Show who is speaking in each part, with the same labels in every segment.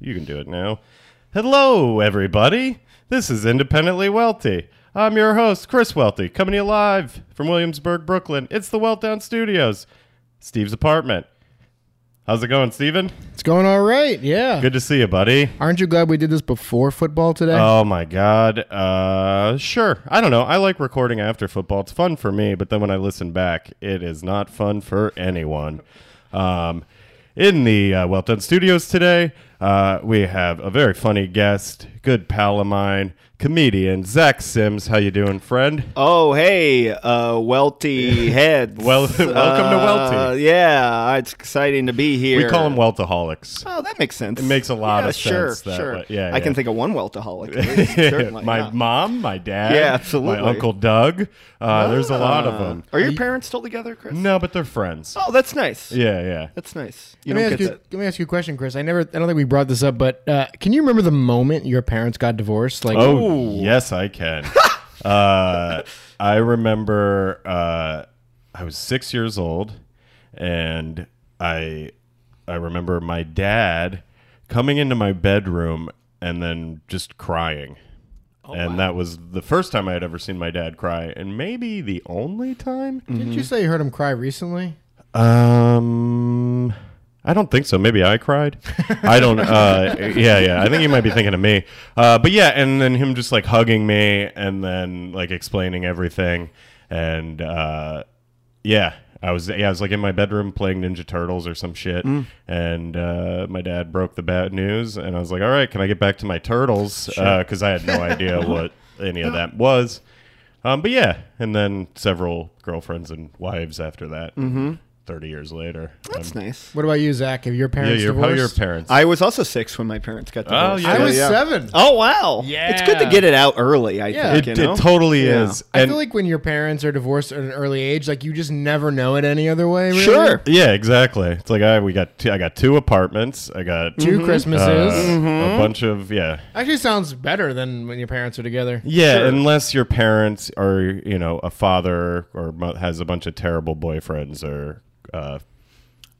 Speaker 1: You can do it now. Hello, everybody. This is Independently Wealthy. I'm your host, Chris Welty, coming to you live from Williamsburg, Brooklyn. It's the Weltdown Studios, Steve's apartment. How's it going, Steven?
Speaker 2: It's going all right. Yeah.
Speaker 1: Good to see you, buddy.
Speaker 2: Aren't you glad we did this before football today?
Speaker 1: Oh my god. Uh sure. I don't know. I like recording after football. It's fun for me, but then when I listen back, it is not fun for anyone. Um in the uh, Well Done Studios today, uh, we have a very funny guest, good pal of mine, comedian Zach Sims. How you doing, friend?
Speaker 3: Oh, hey, uh, Welty heads.
Speaker 1: Well- welcome to
Speaker 3: Uh,
Speaker 1: Welty.
Speaker 3: Yeah, it's exciting to be here.
Speaker 1: We call them Weltaholics.
Speaker 3: Oh, that makes sense. It
Speaker 1: makes a lot of
Speaker 3: sure,
Speaker 1: sense that
Speaker 3: Sure,
Speaker 1: way. Yeah,
Speaker 3: I can
Speaker 1: yeah.
Speaker 3: think of one Weltaholic. at least, certainly,
Speaker 1: my
Speaker 3: yeah.
Speaker 1: mom, my dad,
Speaker 3: Yeah, absolutely. Ah.
Speaker 1: my uncle Doug. Uh, There's a lot of them.
Speaker 3: Uh, Are your parents still together, Chris?
Speaker 1: No, but they're friends.
Speaker 3: Oh, that's nice.
Speaker 1: Yeah, yeah.
Speaker 3: That's nice. You
Speaker 2: Let me,
Speaker 3: don't
Speaker 2: ask
Speaker 3: get
Speaker 2: you,
Speaker 3: that.
Speaker 2: let me ask you a question, Chris. I never, I don't think we brought this up, but uh, can you remember the moment your parents got divorced? Like,
Speaker 1: Oh, yes, I can. uh, I remember uh, I was six years old, and I I remember my dad coming into my bedroom and then just crying. and that was the first time I had ever seen my dad cry, and maybe the only time.
Speaker 2: didn't you say you heard him cry recently?
Speaker 1: Um, I don't think so. Maybe I cried. I don't. Uh, yeah, yeah. I think you might be thinking of me. Uh, but yeah, and then him just like hugging me, and then like explaining everything, and uh, yeah. I was yeah, I was like in my bedroom playing Ninja Turtles or some shit, and uh, my dad broke the bad news, and I was like, "All right, can I get back to my turtles?" Because I had no idea what any of that was. Um, but yeah, and then several girlfriends and wives after that. Mm-hmm. Thirty years later, Um,
Speaker 3: That's nice.
Speaker 2: What about you, Zach? Have your
Speaker 1: yeah,
Speaker 2: parents
Speaker 1: your, how
Speaker 2: divorced?
Speaker 1: your parents?
Speaker 3: I was also six when my parents got divorced.
Speaker 1: Oh, yeah.
Speaker 2: I was
Speaker 3: yeah.
Speaker 2: seven.
Speaker 1: Uh,
Speaker 3: Oh wow!
Speaker 2: Yeah.
Speaker 3: it's good to get it out early. I
Speaker 2: Yeah.
Speaker 1: it,
Speaker 3: think. you know?
Speaker 1: it totally
Speaker 3: Yeah.
Speaker 1: is.
Speaker 2: I
Speaker 1: And
Speaker 2: feel like when your parents are divorced at an early age, like you just never know it any other way. Really.
Speaker 3: Sure.
Speaker 1: yeah, exactly. It's like I we got t- I got two apartments. I got
Speaker 3: Mm-hmm.
Speaker 2: 2
Speaker 1: uh,
Speaker 2: Christmases
Speaker 1: a bunch of yeah
Speaker 2: actually sounds better than when your parents are together.
Speaker 1: Yeah, unless your parents are, you know, a father or mo- has a bunch of terrible boyfriends or uh,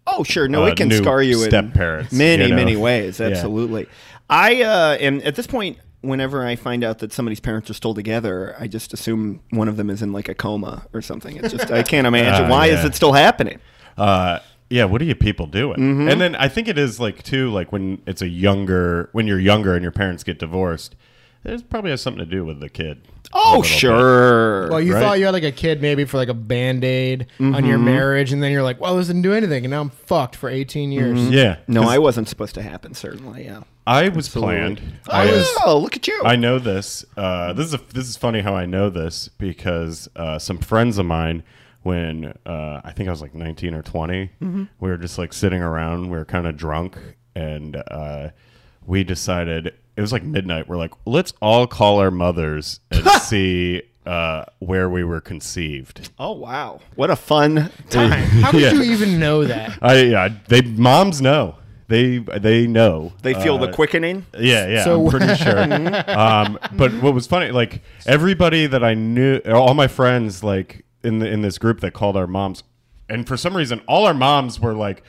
Speaker 3: Oh, sure. No,
Speaker 1: uh,
Speaker 3: it can
Speaker 1: new
Speaker 3: scar you in
Speaker 1: step-parents,
Speaker 3: many,
Speaker 1: you know?
Speaker 3: many ways.
Speaker 1: Yeah.
Speaker 3: Absolutely. I uh, am at this point. Whenever I find out that somebody's parents are still together, I just assume one of them is in like a coma or something. It's just I can't imagine
Speaker 1: Ah,
Speaker 3: why is
Speaker 1: yeah.
Speaker 3: it still happening.
Speaker 1: uh, yeah, what are you people doing?
Speaker 3: Mm-hmm.
Speaker 1: And then I think it is like too, like when it's a younger, when you're younger and your parents get divorced, it probably has something to do with the kid. A
Speaker 3: Oh,
Speaker 1: little
Speaker 3: sure.
Speaker 2: Well, you
Speaker 1: Right. Mm-hmm.
Speaker 2: thought you had like a kid maybe for like a band aid on your marriage, and then you're like, well, this didn't do anything, and now I'm fucked for 18 years.
Speaker 1: bit. yeah.
Speaker 3: no,
Speaker 1: 'cause
Speaker 3: I wasn't supposed to happen. Certainly, yeah.
Speaker 1: I was planned. I was.
Speaker 3: oh, look at you.
Speaker 1: I know this. Uh, this is a, this is funny how I know this because uh, some friends of mine, when uh, I think I was like 19 or 20, we were just like sitting around. We were kind of drunk, and uh, we decided it was like midnight. We're like, let's all call our mothers and see uh, where we were conceived.
Speaker 3: oh, wow. What a fun time.
Speaker 2: How could
Speaker 1: Yeah.
Speaker 2: you even know that?
Speaker 1: I, yeah, they moms know. They they know.
Speaker 3: they feel
Speaker 1: Uh,
Speaker 3: the quickening.
Speaker 1: Yeah, yeah,
Speaker 2: So-
Speaker 1: I'm pretty sure. um, but what was funny, like everybody that I knew, all my friends, like in the, in this group that called our moms, and for some reason, all our moms were like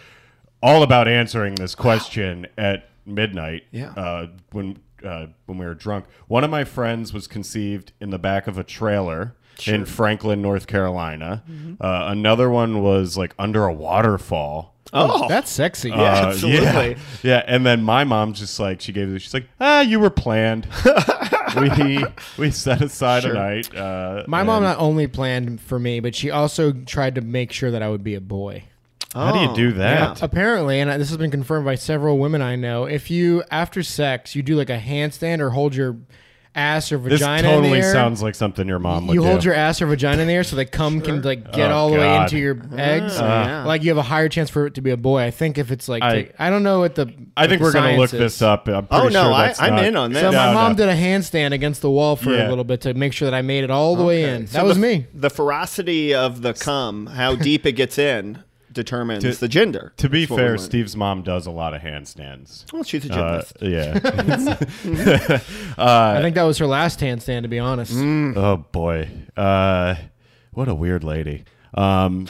Speaker 1: all about answering this question at midnight.
Speaker 3: Yeah.
Speaker 1: uh, when uh, when we were drunk, one of my friends was conceived in the back of a trailer. In Franklin, North Carolina, uh, another one was like under a waterfall.
Speaker 3: Oh,
Speaker 2: That's sexy.
Speaker 3: Yeah,
Speaker 1: Uh,
Speaker 3: absolutely.
Speaker 1: Yeah, yeah, and then my mom's just like she gave. She's like, ah, you were planned. we we set aside a night. Uh,
Speaker 2: My
Speaker 1: and-
Speaker 2: mom not only planned for me, but she also tried to make sure that I would be a boy.
Speaker 1: How do you do
Speaker 2: Oh,
Speaker 1: that?
Speaker 2: Apparently, and this has been confirmed by several women I know, if you after sex you do like a handstand or hold your ass or
Speaker 1: This
Speaker 2: vagina in the
Speaker 1: totally
Speaker 2: air,
Speaker 1: sounds like something your mom would
Speaker 2: you hold
Speaker 1: do.
Speaker 2: your ass or vagina in the air so the cum can like get
Speaker 1: Oh,
Speaker 2: all the way
Speaker 1: God. Ah.
Speaker 2: into your eggs.
Speaker 3: yeah.
Speaker 2: Like you have a higher chance for it to be a boy. I think if it's like
Speaker 1: I-
Speaker 2: take- I, don't know what the
Speaker 1: I think
Speaker 2: what
Speaker 1: we're
Speaker 2: the
Speaker 1: gonna look
Speaker 2: science is.
Speaker 1: this up. I'm pretty
Speaker 3: Oh, no,
Speaker 1: sure
Speaker 3: I-
Speaker 1: that's
Speaker 3: I'm
Speaker 1: not-
Speaker 3: in on that.
Speaker 2: So my
Speaker 1: No,
Speaker 2: mom
Speaker 1: no.
Speaker 2: did a handstand against the wall for
Speaker 1: Yeah.
Speaker 2: a little bit to make sure that I made it all the way in. That
Speaker 3: So
Speaker 2: was
Speaker 3: the,
Speaker 2: me.
Speaker 3: The ferocity of the cum, how deep it gets in, determines the gender.
Speaker 1: To be
Speaker 3: That's what we
Speaker 1: fair,
Speaker 3: learned.
Speaker 1: Steve's mom does a lot of handstands.
Speaker 3: Well, she's a
Speaker 1: Uh,
Speaker 3: gymnast.
Speaker 1: yeah. Uh,
Speaker 2: I think that was her
Speaker 3: Mm.
Speaker 2: last handstand, to be honest.
Speaker 1: oh boy. Uh, what a weird lady. Um,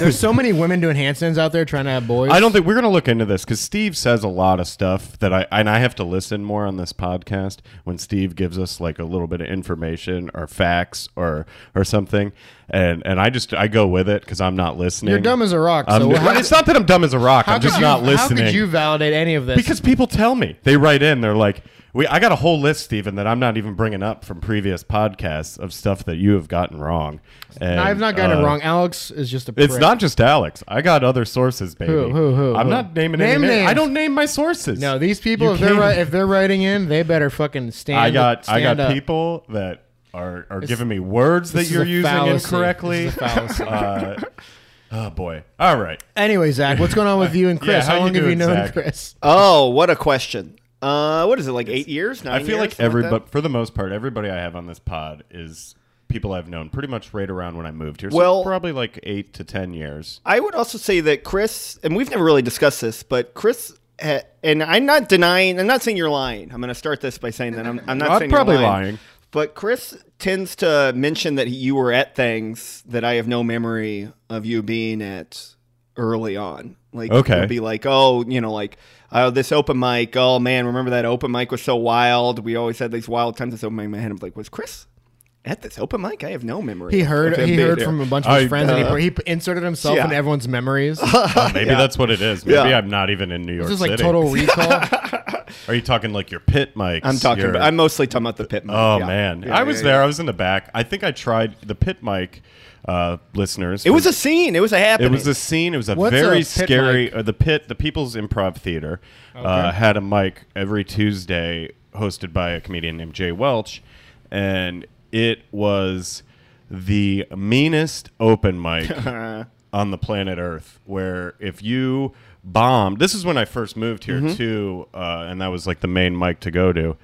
Speaker 2: There's so many women doing handstands out there trying to have boys.
Speaker 1: I don't think we're going to look into this because Steve says a lot of stuff that I and I have to listen more on this podcast when Steve gives us like a little bit of information or facts or or something, and and I just I go with it because I'm not listening.
Speaker 2: You're dumb as a rock.
Speaker 1: I'm-
Speaker 2: so how,
Speaker 1: it's not that I'm dumb as a rock.
Speaker 2: how
Speaker 1: I'm
Speaker 2: could
Speaker 1: just
Speaker 2: you-
Speaker 1: not listening.
Speaker 2: How could you validate any of this?
Speaker 1: Because people tell me they write in, they're like, "We, I got a whole list, Stephen, that I'm not even bringing up from previous podcasts of stuff that you have gotten wrong." And,
Speaker 2: No, I've not gotten
Speaker 1: uh,
Speaker 2: it wrong. Alex is just a.
Speaker 1: It's
Speaker 2: prick.
Speaker 1: not just Alex. I got other sources, baby.
Speaker 2: Who, who, who,
Speaker 1: I'm
Speaker 2: who?
Speaker 1: not naming
Speaker 2: Name
Speaker 1: any names.
Speaker 2: names.
Speaker 1: I don't name my sources.
Speaker 2: No, these people
Speaker 1: You
Speaker 2: if they're
Speaker 1: can't-
Speaker 2: ri- if they're writing in, they better fucking stand.
Speaker 1: I got I
Speaker 2: stand
Speaker 1: got
Speaker 2: up.
Speaker 1: people that are are giving me words that
Speaker 2: This is
Speaker 1: you're
Speaker 2: a
Speaker 1: using
Speaker 2: fallacy.
Speaker 1: incorrectly.
Speaker 2: This is a fallacy.
Speaker 1: uh, oh boy. All right.
Speaker 2: anyway, Zach, what's going on with you and Chris?
Speaker 1: how
Speaker 2: how
Speaker 1: you
Speaker 2: long have you
Speaker 1: doing,
Speaker 2: known
Speaker 1: Zach?
Speaker 2: Chris?
Speaker 3: Oh, what a question. Uh, what is it like? Eight years? Nine
Speaker 1: I feel
Speaker 3: years?
Speaker 1: like
Speaker 3: Something
Speaker 1: every,
Speaker 3: that?
Speaker 1: but for the most part, everybody I have on this pod is people I've known pretty much right around when I moved here. So
Speaker 3: Well-
Speaker 1: probably like eight to ten years.
Speaker 3: I would also say that Chris, and we've never really discussed this, but Chris, ha- and I'm not denying, I'm not saying you're lying. I'm going to start this by saying that I'm, I'm not
Speaker 1: I'm
Speaker 3: saying
Speaker 1: probably
Speaker 3: you're lying,
Speaker 1: lying.
Speaker 3: But Chris tends to mention that you were at things that I have no memory of you being at early on. Like,
Speaker 1: Okay.
Speaker 3: he'll be like, oh, you know, like, oh, this open mic. Oh, man, remember that open mic was so wild. We always had these wild times. This open mic in my head. I'm like, was Chris at this open mic? I have no memory.
Speaker 2: He
Speaker 3: of
Speaker 2: heard
Speaker 3: him
Speaker 2: he
Speaker 3: being
Speaker 2: heard
Speaker 3: there.
Speaker 2: from a bunch of his
Speaker 1: I-
Speaker 2: friends, and he, he p- inserted himself
Speaker 3: uh, Yeah.
Speaker 2: into everyone's memories. this
Speaker 1: Oh, maybe that's what it is. Maybe
Speaker 3: Yeah.
Speaker 1: I'm not even in New York
Speaker 2: is
Speaker 1: City.
Speaker 2: like total recall.
Speaker 1: Are you talking like your pit mics?
Speaker 3: I'm talking.
Speaker 1: your-
Speaker 3: About, I'm mostly talking about the pit. mic,
Speaker 1: Oh
Speaker 3: yeah.
Speaker 1: man,
Speaker 3: Yeah,
Speaker 1: I
Speaker 3: yeah,
Speaker 1: was
Speaker 3: yeah.
Speaker 1: there. I was in the back. I think I tried the pit mic. Uh, listeners,
Speaker 3: It was a scene. It was a happening.
Speaker 1: It was a scene. It was a
Speaker 2: What's
Speaker 1: very
Speaker 2: a pit
Speaker 1: scary.
Speaker 2: mic?
Speaker 1: Uh, the pit, the People's Improv Theater, uh, had a mic every Tuesday, hosted by a comedian named Jay Welch, and it was the meanest open mic
Speaker 3: Uh,
Speaker 1: on the planet Earth. Where if you bombed, this is when I first moved here
Speaker 3: Mm-hmm.
Speaker 1: too, uh, and that was like the main mic to go to.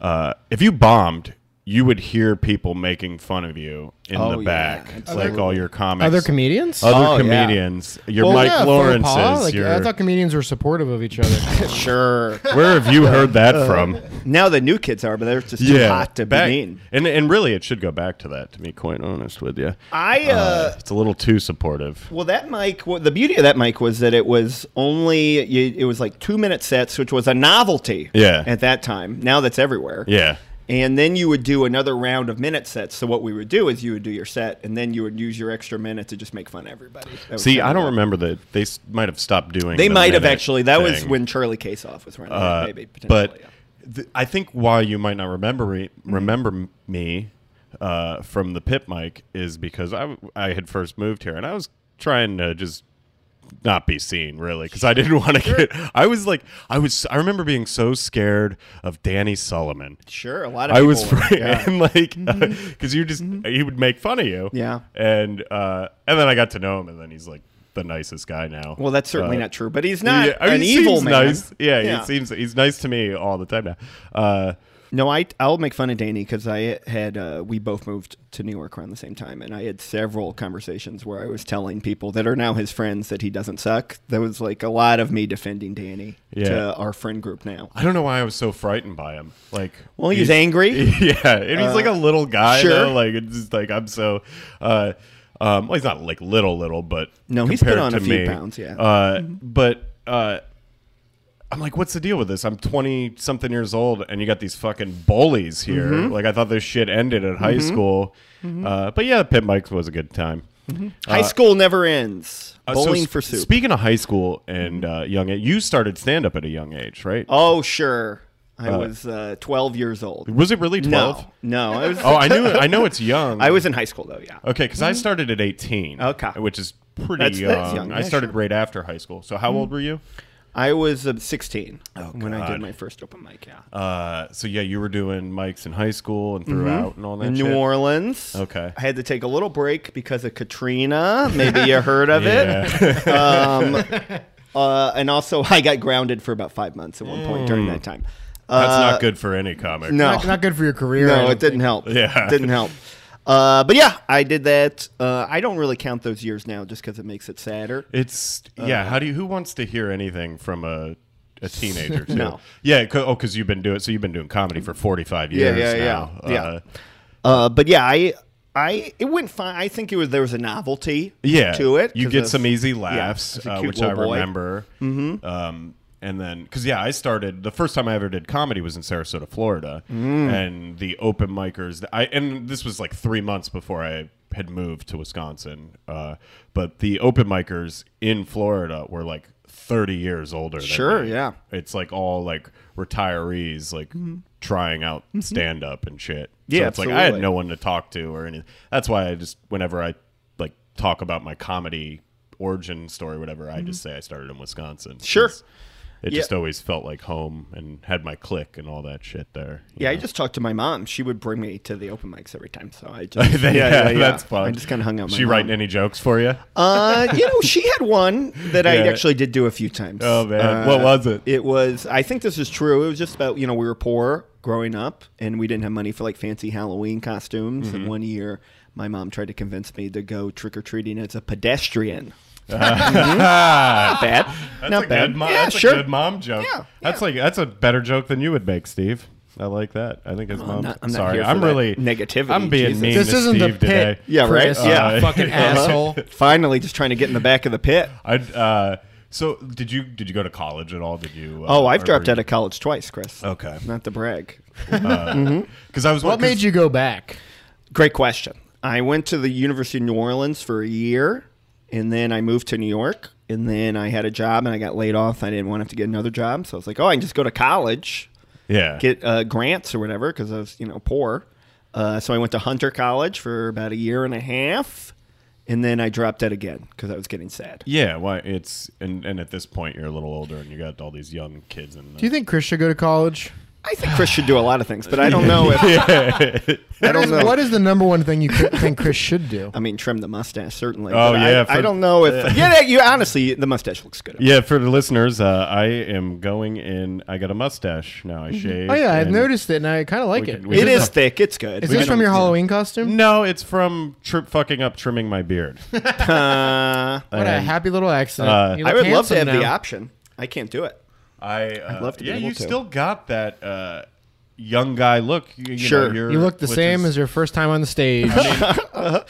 Speaker 1: Uh, if you bombed. You would hear people making fun of you in
Speaker 3: Oh,
Speaker 1: the
Speaker 3: yeah,
Speaker 1: back, like
Speaker 3: absolutely.
Speaker 1: all your comics.
Speaker 2: Other comedians?
Speaker 1: Other
Speaker 3: Oh, yeah.
Speaker 1: comedians, your
Speaker 2: Well,
Speaker 1: Mike
Speaker 2: yeah, faux
Speaker 1: Lawrences.
Speaker 2: pas. Like,
Speaker 1: your,
Speaker 2: I thought comedians were supportive of each other.
Speaker 3: sure.
Speaker 1: where have you heard that from?
Speaker 3: now the new kids are, but they're just too hot to
Speaker 1: back-
Speaker 3: be mean.
Speaker 1: And and really, it should go back to that. To be quite honest with you,
Speaker 3: I uh,
Speaker 1: it's a little too supportive.
Speaker 3: well that mic. Well, the beauty of that mic was that it was only you, it was like two minute sets, which was a novelty.
Speaker 1: Yeah.
Speaker 3: At that time, now that's everywhere.
Speaker 1: Yeah,
Speaker 3: And then you would do another round of minute sets. So what we would do is you would do your set, and then you would use your extra minute to just make fun of everybody. That was
Speaker 1: see,
Speaker 3: kinda
Speaker 1: I don't
Speaker 3: what-
Speaker 1: remember that they s- might have stopped doing.
Speaker 3: They
Speaker 1: the
Speaker 3: might have
Speaker 1: minute
Speaker 3: actually. That was
Speaker 1: thing.
Speaker 3: when Charlie Caseoff was running.
Speaker 1: Uh,
Speaker 3: maybe potentially.
Speaker 1: but
Speaker 3: yeah. Mm-hmm.
Speaker 1: th- I think why you might not remember re- remember m- me uh, from the pit mic is because I w- I had first moved here and I was trying to just not be seen really because I didn't want to get. I was like I was I remember being so scared of Danny Sullivan.
Speaker 3: sure, a lot of
Speaker 1: I
Speaker 3: people
Speaker 1: was
Speaker 3: were,
Speaker 1: afraid,
Speaker 3: yeah. Mm-hmm.
Speaker 1: and like, because you just he would make fun of you,
Speaker 3: Yeah.
Speaker 1: and uh, and then I got to know him, and then he's like the nicest guy now.
Speaker 3: Well, that's certainly
Speaker 1: Uh,
Speaker 3: not true, but he's not
Speaker 1: yeah, I mean,
Speaker 3: an
Speaker 1: he
Speaker 3: evil
Speaker 1: seems
Speaker 3: man.
Speaker 1: Nice. Yeah,
Speaker 3: Yeah.
Speaker 1: he seems he's nice to me all the time now. Uh,
Speaker 3: No, I I'll make fun of Danny because I had uh, we both moved to New York around the same time, and I had several conversations where I was telling people that are now his friends that he doesn't suck. There was like a lot of me defending Danny
Speaker 1: Yeah.
Speaker 3: to our friend group now.
Speaker 1: I don't know why I was so frightened by him. Like,
Speaker 3: Well, he's angry.
Speaker 1: yeah, and he's like a little guy.
Speaker 3: Uh, sure.
Speaker 1: though. like it's just like I'm so. Uh, um, well, he's not like little, little, but
Speaker 3: No, he's put
Speaker 1: compared
Speaker 3: on
Speaker 1: to
Speaker 3: a few
Speaker 1: me,
Speaker 3: pounds, yeah.
Speaker 1: uh, but. Uh, I'm like, what's the deal with this? I'm 20 something years old, and you got these fucking bullies here.
Speaker 3: Mm-hmm.
Speaker 1: Like, I thought this shit ended at high school. Uh, but yeah, Pit Mike's was a good time.
Speaker 3: High school never ends.
Speaker 1: Uh, so
Speaker 3: Bowling
Speaker 1: s-
Speaker 3: for soup.
Speaker 1: Speaking of high school and uh, young, age, you started stand up at a young age, right?
Speaker 3: oh sure, I was uh, twelve years old.
Speaker 1: Was it really twelve?
Speaker 3: No, no, I was
Speaker 1: Oh, I knew. I know it's young.
Speaker 3: I was in high school though. Yeah.
Speaker 1: okay because I started at eighteen.
Speaker 3: Mm-hmm. Okay.
Speaker 1: which is pretty
Speaker 3: That's-
Speaker 1: young.
Speaker 3: that's young,
Speaker 1: I
Speaker 3: yeah, Mm-hmm.
Speaker 1: started right after high school. So how old were you?
Speaker 3: I was uh, 16 when I
Speaker 1: Oh, God.
Speaker 3: did my first open mic. Yeah,
Speaker 1: Uh, so yeah, you were doing mics in high school and throughout and all that.
Speaker 3: Mm-hmm. in
Speaker 1: shit?
Speaker 3: New Orleans.
Speaker 1: Okay.
Speaker 3: I had to take a little break because of Katrina. Maybe you heard of it.
Speaker 1: Yeah.
Speaker 3: Um, uh, and also, I got grounded for about five months at one point during that time. Uh,
Speaker 1: Mm. That's not good for any comic.
Speaker 3: no,
Speaker 2: not, not good for your career. I
Speaker 3: no,
Speaker 2: don't
Speaker 3: it didn't help.
Speaker 1: Yeah.
Speaker 3: it didn't help. Uh, but yeah, I did that. Uh, I don't really count those years now, just because it makes it sadder.
Speaker 1: It's
Speaker 3: Uh,
Speaker 1: yeah. How do you? Who wants to hear anything from a a teenager? Too?
Speaker 3: No.
Speaker 1: Yeah. 'cause- oh, because you've been doing. So you've been doing comedy for forty five
Speaker 3: Yeah,
Speaker 1: years
Speaker 3: yeah, yeah.
Speaker 1: now.
Speaker 3: Yeah.
Speaker 1: Uh,
Speaker 3: Uh, but yeah, I I it went fine. I think it was there was a novelty
Speaker 1: yeah
Speaker 3: to it.
Speaker 1: You
Speaker 3: 'cause
Speaker 1: get
Speaker 3: of-
Speaker 1: some easy
Speaker 3: yeah,
Speaker 1: laughs,
Speaker 3: it's a
Speaker 1: uh,
Speaker 3: cute
Speaker 1: which I
Speaker 3: little boy.
Speaker 1: remember. Mm-hmm. Um, and then, because yeah, I started the first time I ever did comedy was in Sarasota, Florida,
Speaker 3: Mm.
Speaker 1: and the open micers. that I and this was like three months before I had moved to Wisconsin. Uh, but the open micers in Florida were like thirty years older. than
Speaker 3: Sure,
Speaker 1: me.
Speaker 3: yeah. Mm-hmm.
Speaker 1: It's like all like retirees, like. Trying out stand up and shit.
Speaker 3: Yeah,
Speaker 1: so it's like I had
Speaker 3: absolutely.
Speaker 1: no one to talk to or anything. That's why I just whenever I like talk about my comedy origin story, whatever, I just say I started in Wisconsin.
Speaker 3: Mm-hmm. Sure.
Speaker 1: 'cause It
Speaker 3: Yeah.
Speaker 1: just always felt like home and had my click and all that shit there. you
Speaker 3: Yeah, I
Speaker 1: know?
Speaker 3: just talked to my mom. She would bring me to the open mics every time. So I just
Speaker 1: yeah, that's fun.
Speaker 3: I just kind of hung out. With
Speaker 1: She
Speaker 3: my
Speaker 1: writing
Speaker 3: mom.
Speaker 1: any jokes for you?
Speaker 3: Uh, you know, she had one that I
Speaker 1: Yeah.
Speaker 3: actually did do a few times.
Speaker 1: Oh, man.
Speaker 3: Uh,
Speaker 1: What was it?
Speaker 3: It was. I think this is true. It was just about you know we were poor growing up and we didn't have money for like fancy Halloween costumes.
Speaker 1: Mm-hmm.
Speaker 3: And one year, my mom tried to convince me to go trick or treating as a pedestrian. Not bad.
Speaker 1: Ah, That's
Speaker 3: Ah, Not
Speaker 1: a
Speaker 3: bad.
Speaker 1: good mom.
Speaker 3: yeah,
Speaker 1: that's
Speaker 3: sure.
Speaker 1: a good mom joke.
Speaker 3: Yeah,
Speaker 1: That's like that's a better joke than you would make, Steve. I like that. I think his mom.
Speaker 3: not- Oh, I'm not
Speaker 1: sorry,
Speaker 3: here for
Speaker 1: I'm
Speaker 3: that
Speaker 1: really
Speaker 3: negativity,
Speaker 1: I'm being
Speaker 3: Jesus.
Speaker 1: mean
Speaker 2: This
Speaker 1: to
Speaker 2: isn't the
Speaker 1: Steve
Speaker 2: pit.
Speaker 1: today.
Speaker 3: Yeah, right.
Speaker 2: Chris,
Speaker 3: Yeah. Uh-huh.
Speaker 2: you fucking asshole.
Speaker 3: Finally, just trying to get in the back of the pit.
Speaker 1: I uh, so did you did you go to college at all? Did you? Uh,
Speaker 3: Oh, I've
Speaker 1: or
Speaker 3: dropped
Speaker 1: were
Speaker 3: out of college twice, Chris.
Speaker 1: you- Okay.
Speaker 3: Not to brag.
Speaker 1: Because I was
Speaker 2: What made you go back?
Speaker 3: Great question. I went to the University of New Orleans for a year, and then I moved to New York, and then I had a job, and I got laid off. I didn't want to have to get another job, so I was like, "Oh, I can just go to college,
Speaker 1: yeah
Speaker 3: get uh, grants or whatever," because I was, you know, poor. Uh, so I went to Hunter College for about a year and a half, and then I dropped out again because I was getting sad.
Speaker 1: yeah why it's and and at this point you're a little older and you got all these young kids and
Speaker 2: Do you think Chris should go to college?
Speaker 3: I think Chris should do a lot of things, but I don't know if I don't know.
Speaker 2: What is the number one thing you cr- think Chris should do?
Speaker 3: I mean, trim the mustache certainly.
Speaker 1: Oh,
Speaker 3: but
Speaker 1: yeah,
Speaker 3: I, I
Speaker 1: for-
Speaker 3: don't know if yeah. You honestly, the mustache looks good.
Speaker 1: yeah for the listeners uh, I am going in I got a mustache now I shave
Speaker 2: Oh yeah, I've
Speaker 1: and-
Speaker 2: noticed it, and I kind of like
Speaker 1: We
Speaker 2: it.
Speaker 1: can- we
Speaker 3: It
Speaker 1: can-
Speaker 3: is thick. It's good.
Speaker 2: Is
Speaker 3: We
Speaker 2: this
Speaker 3: can-
Speaker 2: from your
Speaker 3: yeah.
Speaker 2: Halloween costume?
Speaker 1: no it's from trip fucking up trimming my beard
Speaker 3: Uh,
Speaker 2: What a
Speaker 1: And,
Speaker 2: happy little accident!
Speaker 1: uh,
Speaker 2: You
Speaker 3: I
Speaker 2: look
Speaker 3: would love to have
Speaker 2: handsome
Speaker 3: the
Speaker 2: now.
Speaker 3: option. I can't do it.
Speaker 1: I uh, I'd
Speaker 3: love to be
Speaker 1: yeah
Speaker 3: able
Speaker 1: you
Speaker 3: to.
Speaker 1: still got that uh, young guy look you, you
Speaker 3: Sure.
Speaker 1: know, you're-
Speaker 2: You look the
Speaker 1: which
Speaker 2: same
Speaker 1: is-
Speaker 2: as your first time on the stage.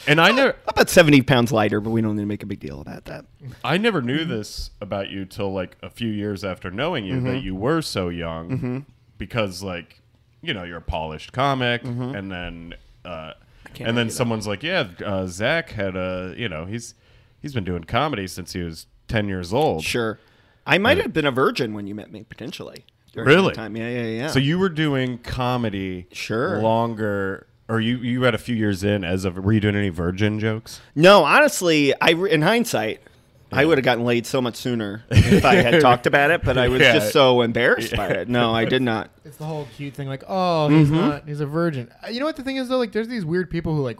Speaker 1: and I never
Speaker 3: I'm about 70 pounds lighter, but we don't need to make a big deal about that.
Speaker 1: I never knew this about you till like a few years after knowing you that
Speaker 3: Mm-hmm.
Speaker 1: you were so young because like you know you're a polished comic
Speaker 3: Mm-hmm.
Speaker 1: and then uh, and then someone's like yeah uh, Zach had a you know he's he's been doing comedy since he was ten years old
Speaker 3: Sure. I might have been a virgin when you met me, potentially. during
Speaker 1: Really?
Speaker 3: that Time. Yeah, yeah, yeah.
Speaker 1: so you were doing comedy
Speaker 3: Sure.
Speaker 1: longer or you you had a few years in as of were you doing any virgin jokes
Speaker 3: no, honestly, I re- in hindsight, I would have gotten laid so much sooner if I had talked about it, but I was
Speaker 1: Yeah.
Speaker 3: just so embarrassed by it. No, I did not.
Speaker 2: It's the whole cute thing, like, oh, he's
Speaker 1: Mm-hmm.
Speaker 2: not, he's a virgin. Uh, You know what the thing is though? Like, there's these weird people who like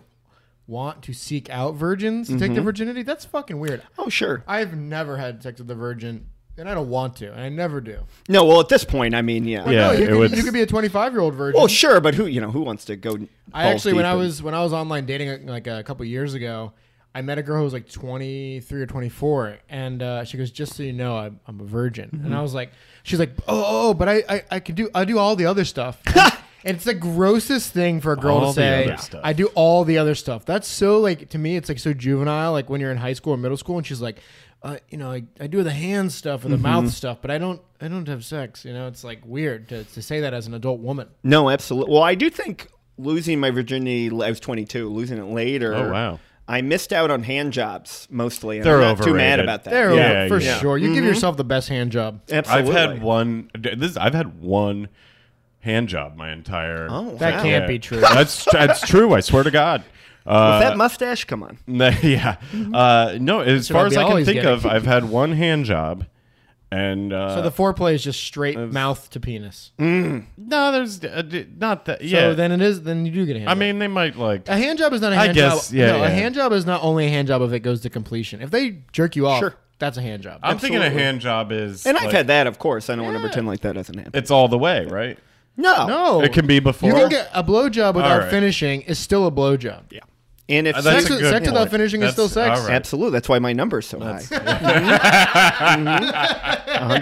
Speaker 2: want to seek out virgins to take
Speaker 1: Mm-hmm.
Speaker 2: their virginity. That's fucking weird.
Speaker 3: Oh, sure.
Speaker 2: I've never had sex with a virgin, and I don't want to, and I never do.
Speaker 3: No, well, at this point, I mean, yeah.
Speaker 1: Yeah.
Speaker 2: no, you,
Speaker 1: it
Speaker 2: could,
Speaker 1: would-
Speaker 2: you could be a 25 year old virgin.
Speaker 3: Well, sure, but who, you know, who wants to go?
Speaker 2: I
Speaker 3: balls
Speaker 2: actually, when
Speaker 3: deep
Speaker 2: I
Speaker 3: and-
Speaker 2: was when I was online dating uh, like a couple years ago, I met a girl who was like 23 or 24, and uh, she goes, "Just so you know, I'm, I'm a virgin." And
Speaker 1: Mm-hmm.
Speaker 2: I was like, "She's like, oh, oh, oh, but I, I, I can do I do all the other stuff." And it's the grossest thing for a girl
Speaker 1: All
Speaker 2: to
Speaker 1: the
Speaker 2: say.
Speaker 1: other stuff.
Speaker 2: I do all the other stuff. That's so like to me, it's like so juvenile. Like when you're in high school or middle school, and she's like, uh, you know, I, I do the hand stuff and the
Speaker 1: Mm-hmm.
Speaker 2: mouth stuff, but I don't I don't have sex. You know, it's like weird to, to say that as an adult woman.
Speaker 3: No, absolutely. Well, I do think losing my virginity, I was 22, losing it later.
Speaker 1: Oh, wow.
Speaker 3: I missed out on hand jobs mostly. And
Speaker 1: They're
Speaker 3: I'm not too
Speaker 1: overrated.
Speaker 3: mad about that.
Speaker 2: There,
Speaker 1: Yeah,
Speaker 2: for
Speaker 1: yeah.
Speaker 2: sure. You give yourself the best hand job.
Speaker 3: Absolutely.
Speaker 1: I've had one this is- I've had one hand job my entire
Speaker 3: Oh,
Speaker 2: That
Speaker 3: wow.
Speaker 2: can't
Speaker 1: Yeah.
Speaker 2: be true.
Speaker 1: That's that's true. I swear to God.
Speaker 3: With
Speaker 1: Uh,
Speaker 3: that mustache, come on.
Speaker 1: yeah. Uh, no, as
Speaker 2: Mm-hmm. what
Speaker 1: far
Speaker 2: I'll
Speaker 1: as
Speaker 2: be
Speaker 1: I can
Speaker 2: always
Speaker 1: think
Speaker 2: getting.
Speaker 1: of, I've had one hand job, and uh,
Speaker 2: so the foreplay is just straight mouth to penis.
Speaker 1: no, there's uh, d- not that. Yeah.
Speaker 2: So then it is. Then you do get a hand.
Speaker 1: I
Speaker 2: job.
Speaker 1: mean, they might like.
Speaker 2: a hand job is not a
Speaker 1: I
Speaker 2: hand
Speaker 1: guess,
Speaker 2: job.
Speaker 1: yeah,
Speaker 2: no,
Speaker 1: yeah.
Speaker 2: a hand job is not only a hand job if it goes to completion. If they jerk you off,
Speaker 3: Sure.
Speaker 2: that's a hand job.
Speaker 1: I'm thinking a
Speaker 3: absolutely.
Speaker 1: hand job is.
Speaker 3: And I've
Speaker 1: like,
Speaker 3: had that, of course. I don't want to pretend like that doesn't happen.
Speaker 1: It's all the way, right?
Speaker 3: No.
Speaker 2: no,
Speaker 1: It can be before.
Speaker 2: Oh. You can get a blowjob without
Speaker 1: right.
Speaker 2: finishing is still a blowjob.
Speaker 3: Yeah. And if
Speaker 1: Uh,
Speaker 3: sex
Speaker 1: that's
Speaker 2: Sex,
Speaker 1: a
Speaker 2: with-
Speaker 1: good
Speaker 2: sex without
Speaker 1: point.
Speaker 2: finishing is still
Speaker 1: That's-
Speaker 2: sex.
Speaker 1: all right.
Speaker 3: Absolutely. That's why my number's so high.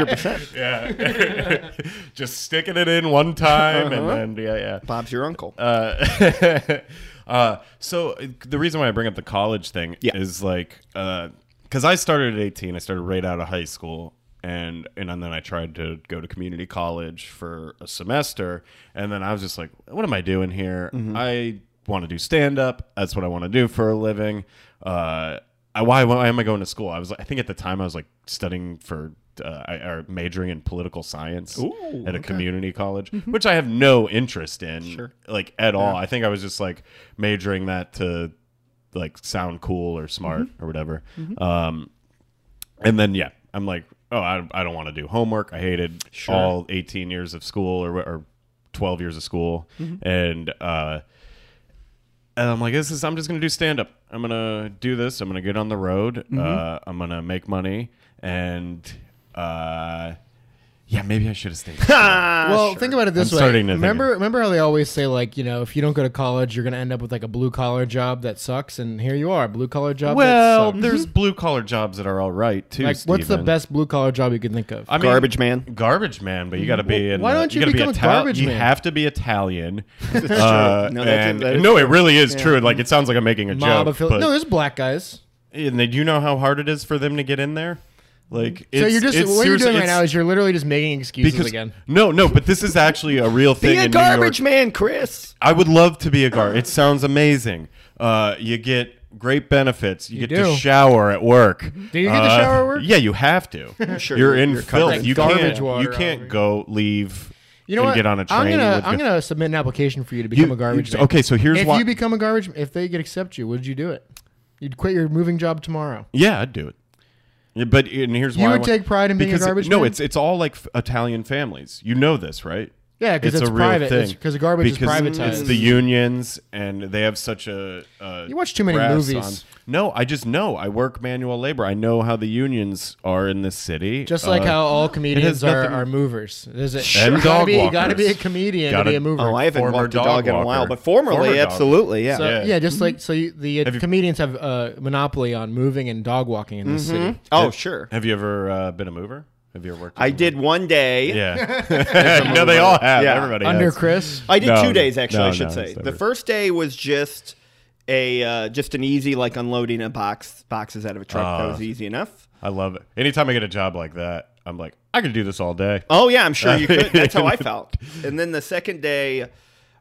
Speaker 2: Uh-huh.
Speaker 1: Just sticking it in one time, and then yeah, yeah.
Speaker 3: Bob's your uncle.
Speaker 1: Uh, Uh, so uh, the reason why I bring up the college thing
Speaker 3: Yeah.
Speaker 1: is like, because I started at 18, I started right out of high school. And, and then I tried to go to community college for a semester. And then I was just like, what am I doing here? I want to do stand up. That's what I want to do for a living. Uh, I, why, why am I going to school? I was, I think at the time I was like studying for uh, I- or majoring in political science
Speaker 3: Ooh,
Speaker 1: at a community college, which I have no interest in, like at all. I think I was just like majoring that to like sound cool or smart or whatever. Um, and then yeah, I'm like, oh, I, I don't want to do homework. I hated all 18 years of school or or 12 years of school, and uh, and I'm like, this is I'm just gonna do stand up. I'm gonna do this. I'm gonna get on the road. Uh, I'm gonna make money and. Uh, yeah, maybe I should have stayed.
Speaker 2: well, think about it this
Speaker 1: I'm
Speaker 2: way.
Speaker 1: starting to think
Speaker 2: remember, remember how they always say like, you know, if you don't go to college, you're gonna end up with like a blue collar job that sucks, and here you are, blue collar job.
Speaker 1: Well,
Speaker 2: that sucks.
Speaker 1: there's blue collar jobs that are all right too.
Speaker 2: like, what's the
Speaker 1: Steven.
Speaker 2: best blue collar job you can think of?
Speaker 1: I mean,
Speaker 3: Garbage man.
Speaker 1: Garbage man, but you got to be.
Speaker 2: Well,
Speaker 1: in,
Speaker 2: why
Speaker 1: uh,
Speaker 2: don't you
Speaker 1: gotta
Speaker 2: become a
Speaker 1: be
Speaker 2: garbage
Speaker 1: You
Speaker 2: man?
Speaker 1: have to be Italian.
Speaker 3: true.
Speaker 1: no,
Speaker 3: No, that's- that is
Speaker 1: no, it really is true. Like it sounds like I'm making a
Speaker 2: Mob
Speaker 1: joke.
Speaker 2: affili-
Speaker 1: but,
Speaker 2: no, there's black guys.
Speaker 1: and do you know how hard it is for them to get in there? Like, it's,
Speaker 2: so you're just
Speaker 1: it's
Speaker 2: what you're
Speaker 1: seriously-
Speaker 2: doing right
Speaker 1: it's-
Speaker 2: now is you're literally just making excuses
Speaker 1: because
Speaker 2: again.
Speaker 1: no, no, but this is actually a real thing.
Speaker 3: Be a
Speaker 1: in New York.
Speaker 3: garbage man, Chris.
Speaker 1: I would love to be a guard. It sounds amazing. Uh, you get great benefits. You, get to
Speaker 2: do.
Speaker 1: shower at work.
Speaker 2: Do you get to
Speaker 1: Uh,
Speaker 2: shower at work?
Speaker 1: Yeah, you have to.
Speaker 3: sure
Speaker 1: you're
Speaker 3: you're-
Speaker 1: in
Speaker 3: you're covered
Speaker 1: filth.
Speaker 2: in
Speaker 1: You
Speaker 2: garbage
Speaker 1: can't.
Speaker 2: water
Speaker 1: You
Speaker 2: over
Speaker 1: can't
Speaker 2: here.
Speaker 1: go leave.
Speaker 2: You know
Speaker 1: and
Speaker 2: what?
Speaker 1: Get on a train.
Speaker 2: I'm gonna
Speaker 1: with
Speaker 2: I'm
Speaker 1: the-
Speaker 2: gonna submit an application for you to
Speaker 1: You-
Speaker 2: become a garbage
Speaker 1: you-
Speaker 2: man.
Speaker 1: Okay, so here's
Speaker 2: if
Speaker 1: why.
Speaker 2: you become a garbage, if they get accept you, would you do it? You'd quit your moving job tomorrow.
Speaker 1: yeah, I'd do it. Yeah, but and here's why
Speaker 2: You
Speaker 1: I
Speaker 2: would
Speaker 1: want-
Speaker 2: take pride in being a
Speaker 1: because
Speaker 2: garbage
Speaker 1: no,
Speaker 2: man?
Speaker 1: it's it's all like f- Italian families. You know this, right?
Speaker 2: Yeah, 'cause it's
Speaker 1: a real
Speaker 2: private. It's-
Speaker 1: thing.
Speaker 2: 'cause garbage is
Speaker 1: It's
Speaker 2: privatized.
Speaker 1: the unions, and they have such a. Uh,
Speaker 2: You watch too many
Speaker 1: grasp
Speaker 2: movies.
Speaker 1: on- No, I just know. I work manual labor. I know how the unions are in this city.
Speaker 2: Just like
Speaker 1: Uh,
Speaker 2: how all comedians are,
Speaker 1: nothing-
Speaker 2: are movers. There's a,
Speaker 1: Sure.
Speaker 2: you gotta
Speaker 1: dog
Speaker 2: be- you got to be a
Speaker 1: walkers.
Speaker 2: comedian
Speaker 1: Gotta-
Speaker 2: to be a mover.
Speaker 3: Oh, I haven't
Speaker 1: Former
Speaker 3: walked a
Speaker 1: dog
Speaker 3: dog in a
Speaker 1: walker.
Speaker 3: while, but formerly,
Speaker 1: Former dog.
Speaker 3: absolutely, yeah. Mm-hmm.
Speaker 2: so,
Speaker 1: yeah.
Speaker 2: yeah. just like so, you, the uh,
Speaker 1: you-
Speaker 2: comedians have a monopoly on moving and dog walking in this city.
Speaker 3: oh, sure.
Speaker 1: Have you ever uh, been a mover? Have you ever worked? as
Speaker 3: I
Speaker 1: a mover?
Speaker 3: did one day.
Speaker 1: Yeah. no, they all have.
Speaker 3: Yeah.
Speaker 1: Everybody
Speaker 2: Under
Speaker 1: has.
Speaker 2: Chris,
Speaker 3: I did
Speaker 1: No,
Speaker 3: two days actually.
Speaker 1: no,
Speaker 3: I should
Speaker 1: no,
Speaker 3: say
Speaker 1: it's
Speaker 3: the
Speaker 1: never-
Speaker 3: first day was just a uh, just an easy like unloading a box boxes out of a truck. that
Speaker 1: Ah.
Speaker 3: was easy enough.
Speaker 1: I love it. Anytime I get a job like that, I'm like, I could do this all day.
Speaker 3: Oh yeah, I'm sure you could. That's how I felt. And then the second day,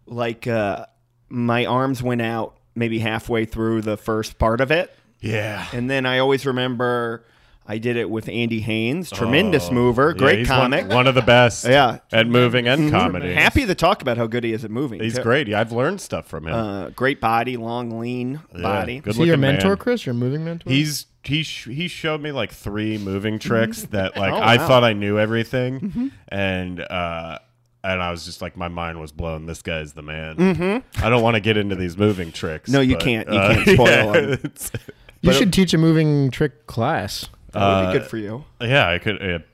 Speaker 3: like uh, my arms went out maybe halfway through the first part of it,
Speaker 1: Yeah.
Speaker 3: and then I always remember I did it with Andy Haynes, tremendous
Speaker 1: Oh,
Speaker 3: mover,
Speaker 1: Yeah,
Speaker 3: great
Speaker 1: he's one-
Speaker 3: comic.
Speaker 1: One, of the best.
Speaker 3: Yeah.
Speaker 1: At moving and comedy.
Speaker 3: Happy to talk about how good he is at moving.
Speaker 1: He's
Speaker 3: too.
Speaker 1: great. Yeah, I've learned stuff from him.
Speaker 3: Uh, great body, long, lean
Speaker 1: Yeah,
Speaker 3: body.
Speaker 1: Good
Speaker 2: so your
Speaker 1: looking
Speaker 2: mentor,
Speaker 1: man.
Speaker 2: Chris, your moving mentor.
Speaker 1: He's he sh- he showed me like three moving tricks that like
Speaker 3: Oh,
Speaker 1: I
Speaker 3: wow. Mm-hmm.
Speaker 1: thought I knew everything, and uh, and I was just like my mind was blown. This guy's the man. Mm-hmm. I don't want to get into these moving tricks.
Speaker 3: No, you
Speaker 1: but,
Speaker 3: can't. You
Speaker 1: uh,
Speaker 3: can't spoil them.
Speaker 1: it's-
Speaker 2: you should teach a moving trick class.
Speaker 3: That
Speaker 1: Uh,
Speaker 3: would be good for you.
Speaker 1: Yeah, I could. It,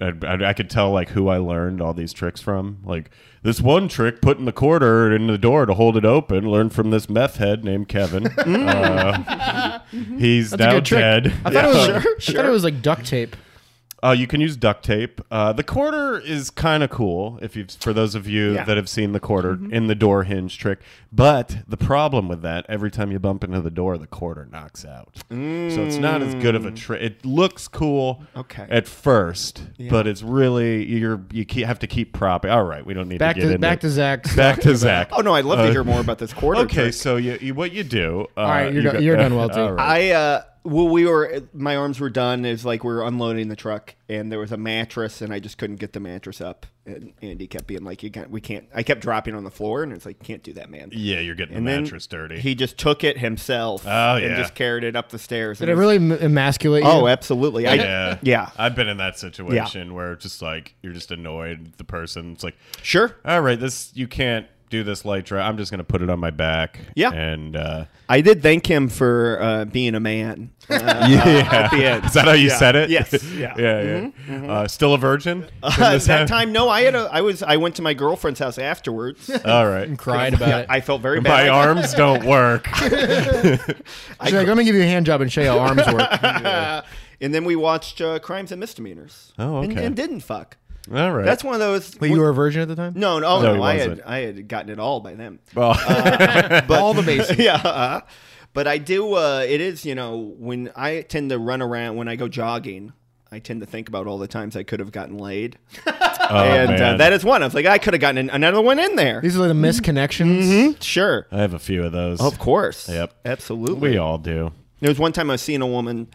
Speaker 1: I'd- I'd- I could tell like who I learned all these tricks from. Like this one trick, putting the quarter in the door to hold it open, learned from this meth head named Kevin.
Speaker 3: Mm.
Speaker 1: Uh, he's
Speaker 2: a
Speaker 1: now
Speaker 2: good trick.
Speaker 1: dead.
Speaker 2: I thought, it was,
Speaker 3: Sure,
Speaker 2: I thought
Speaker 3: sure.
Speaker 2: it was like duct tape.
Speaker 1: Uh, you can use duct tape. Uh, the quarter is kind of cool if you, for those of you
Speaker 3: Yeah. Mm-hmm.
Speaker 1: that have seen the quarter in the door hinge trick. But the problem with that, every time you bump into the door, the quarter knocks out. So it's not as good of a trick. It looks cool,
Speaker 3: Mm. Okay.
Speaker 1: at first, but it's really you're you keep, have to keep propping. All right, we don't need
Speaker 2: Back
Speaker 1: to get
Speaker 2: to
Speaker 1: into
Speaker 2: back
Speaker 1: it.
Speaker 2: to Zach.
Speaker 1: back to Zach.
Speaker 3: Oh no, I'd love to
Speaker 1: Uh,
Speaker 3: hear more about this quarter.
Speaker 1: Okay,
Speaker 3: trick.
Speaker 1: so you, you what you do? Uh, all
Speaker 2: right, you're done- you're done, Walter.
Speaker 3: I uh, well, we were my arms were done. It was like we were unloading the truck, and there was a mattress, and I just couldn't get the mattress up. And Andy kept being like, "You can't, we can't." I kept dropping on the floor, and it's like, "Can't do that, man."
Speaker 1: yeah, you're getting
Speaker 3: And
Speaker 1: the
Speaker 3: then
Speaker 1: mattress dirty.
Speaker 3: He just took it himself.
Speaker 1: Oh, yeah.
Speaker 3: and just carried it up the stairs.
Speaker 2: Did
Speaker 3: and
Speaker 2: it really m- emasculate you?
Speaker 3: Oh, absolutely. I,
Speaker 1: yeah.
Speaker 3: yeah.
Speaker 1: I've been in that situation where it's just like you're just annoyed the person. It's like,
Speaker 3: Sure.
Speaker 1: all right, this you can't do this light dry. I'm just gonna put it on my back.
Speaker 3: Yeah.
Speaker 1: And uh
Speaker 3: I did thank him for uh, being a man. Uh, at the end.
Speaker 1: Is that how you said it?
Speaker 3: Yes.
Speaker 1: yeah.
Speaker 3: Yeah.
Speaker 1: yeah. Uh, still a virgin?
Speaker 3: Uh, that time, no, I had a. I was. I went to my girlfriend's house afterwards.
Speaker 1: All right.
Speaker 2: cried about it.
Speaker 3: I felt very bad.
Speaker 1: My arms don't work.
Speaker 2: She's like, let me give you a hand job and show you how arms work.
Speaker 3: and then we watched uh, Crimes and Misdemeanors.
Speaker 1: Oh,
Speaker 3: And,
Speaker 1: okay.
Speaker 3: and didn't fuck.
Speaker 1: All right.
Speaker 3: That's one of those.
Speaker 2: Wait, you were a virgin at the time?
Speaker 3: no, no,
Speaker 1: No,
Speaker 3: no,
Speaker 1: he
Speaker 3: I
Speaker 1: wasn't.
Speaker 3: had I had gotten it all by then.
Speaker 1: well,
Speaker 3: uh, but,
Speaker 2: All the bases.
Speaker 3: yeah. uh, but I do. Uh, it is you know when I tend to run around when I go jogging. I tend to think about all the times I could have gotten laid,
Speaker 1: oh,
Speaker 3: and uh,
Speaker 1: man.
Speaker 3: that is one. I was like, I could have gotten an- another one in there.
Speaker 2: These are like the misconnections.
Speaker 3: Mm-hmm. Sure,
Speaker 1: I have a few of those.
Speaker 3: of course.
Speaker 1: Yep.
Speaker 3: absolutely.
Speaker 1: We all do.
Speaker 3: There was one time I was seeing a woman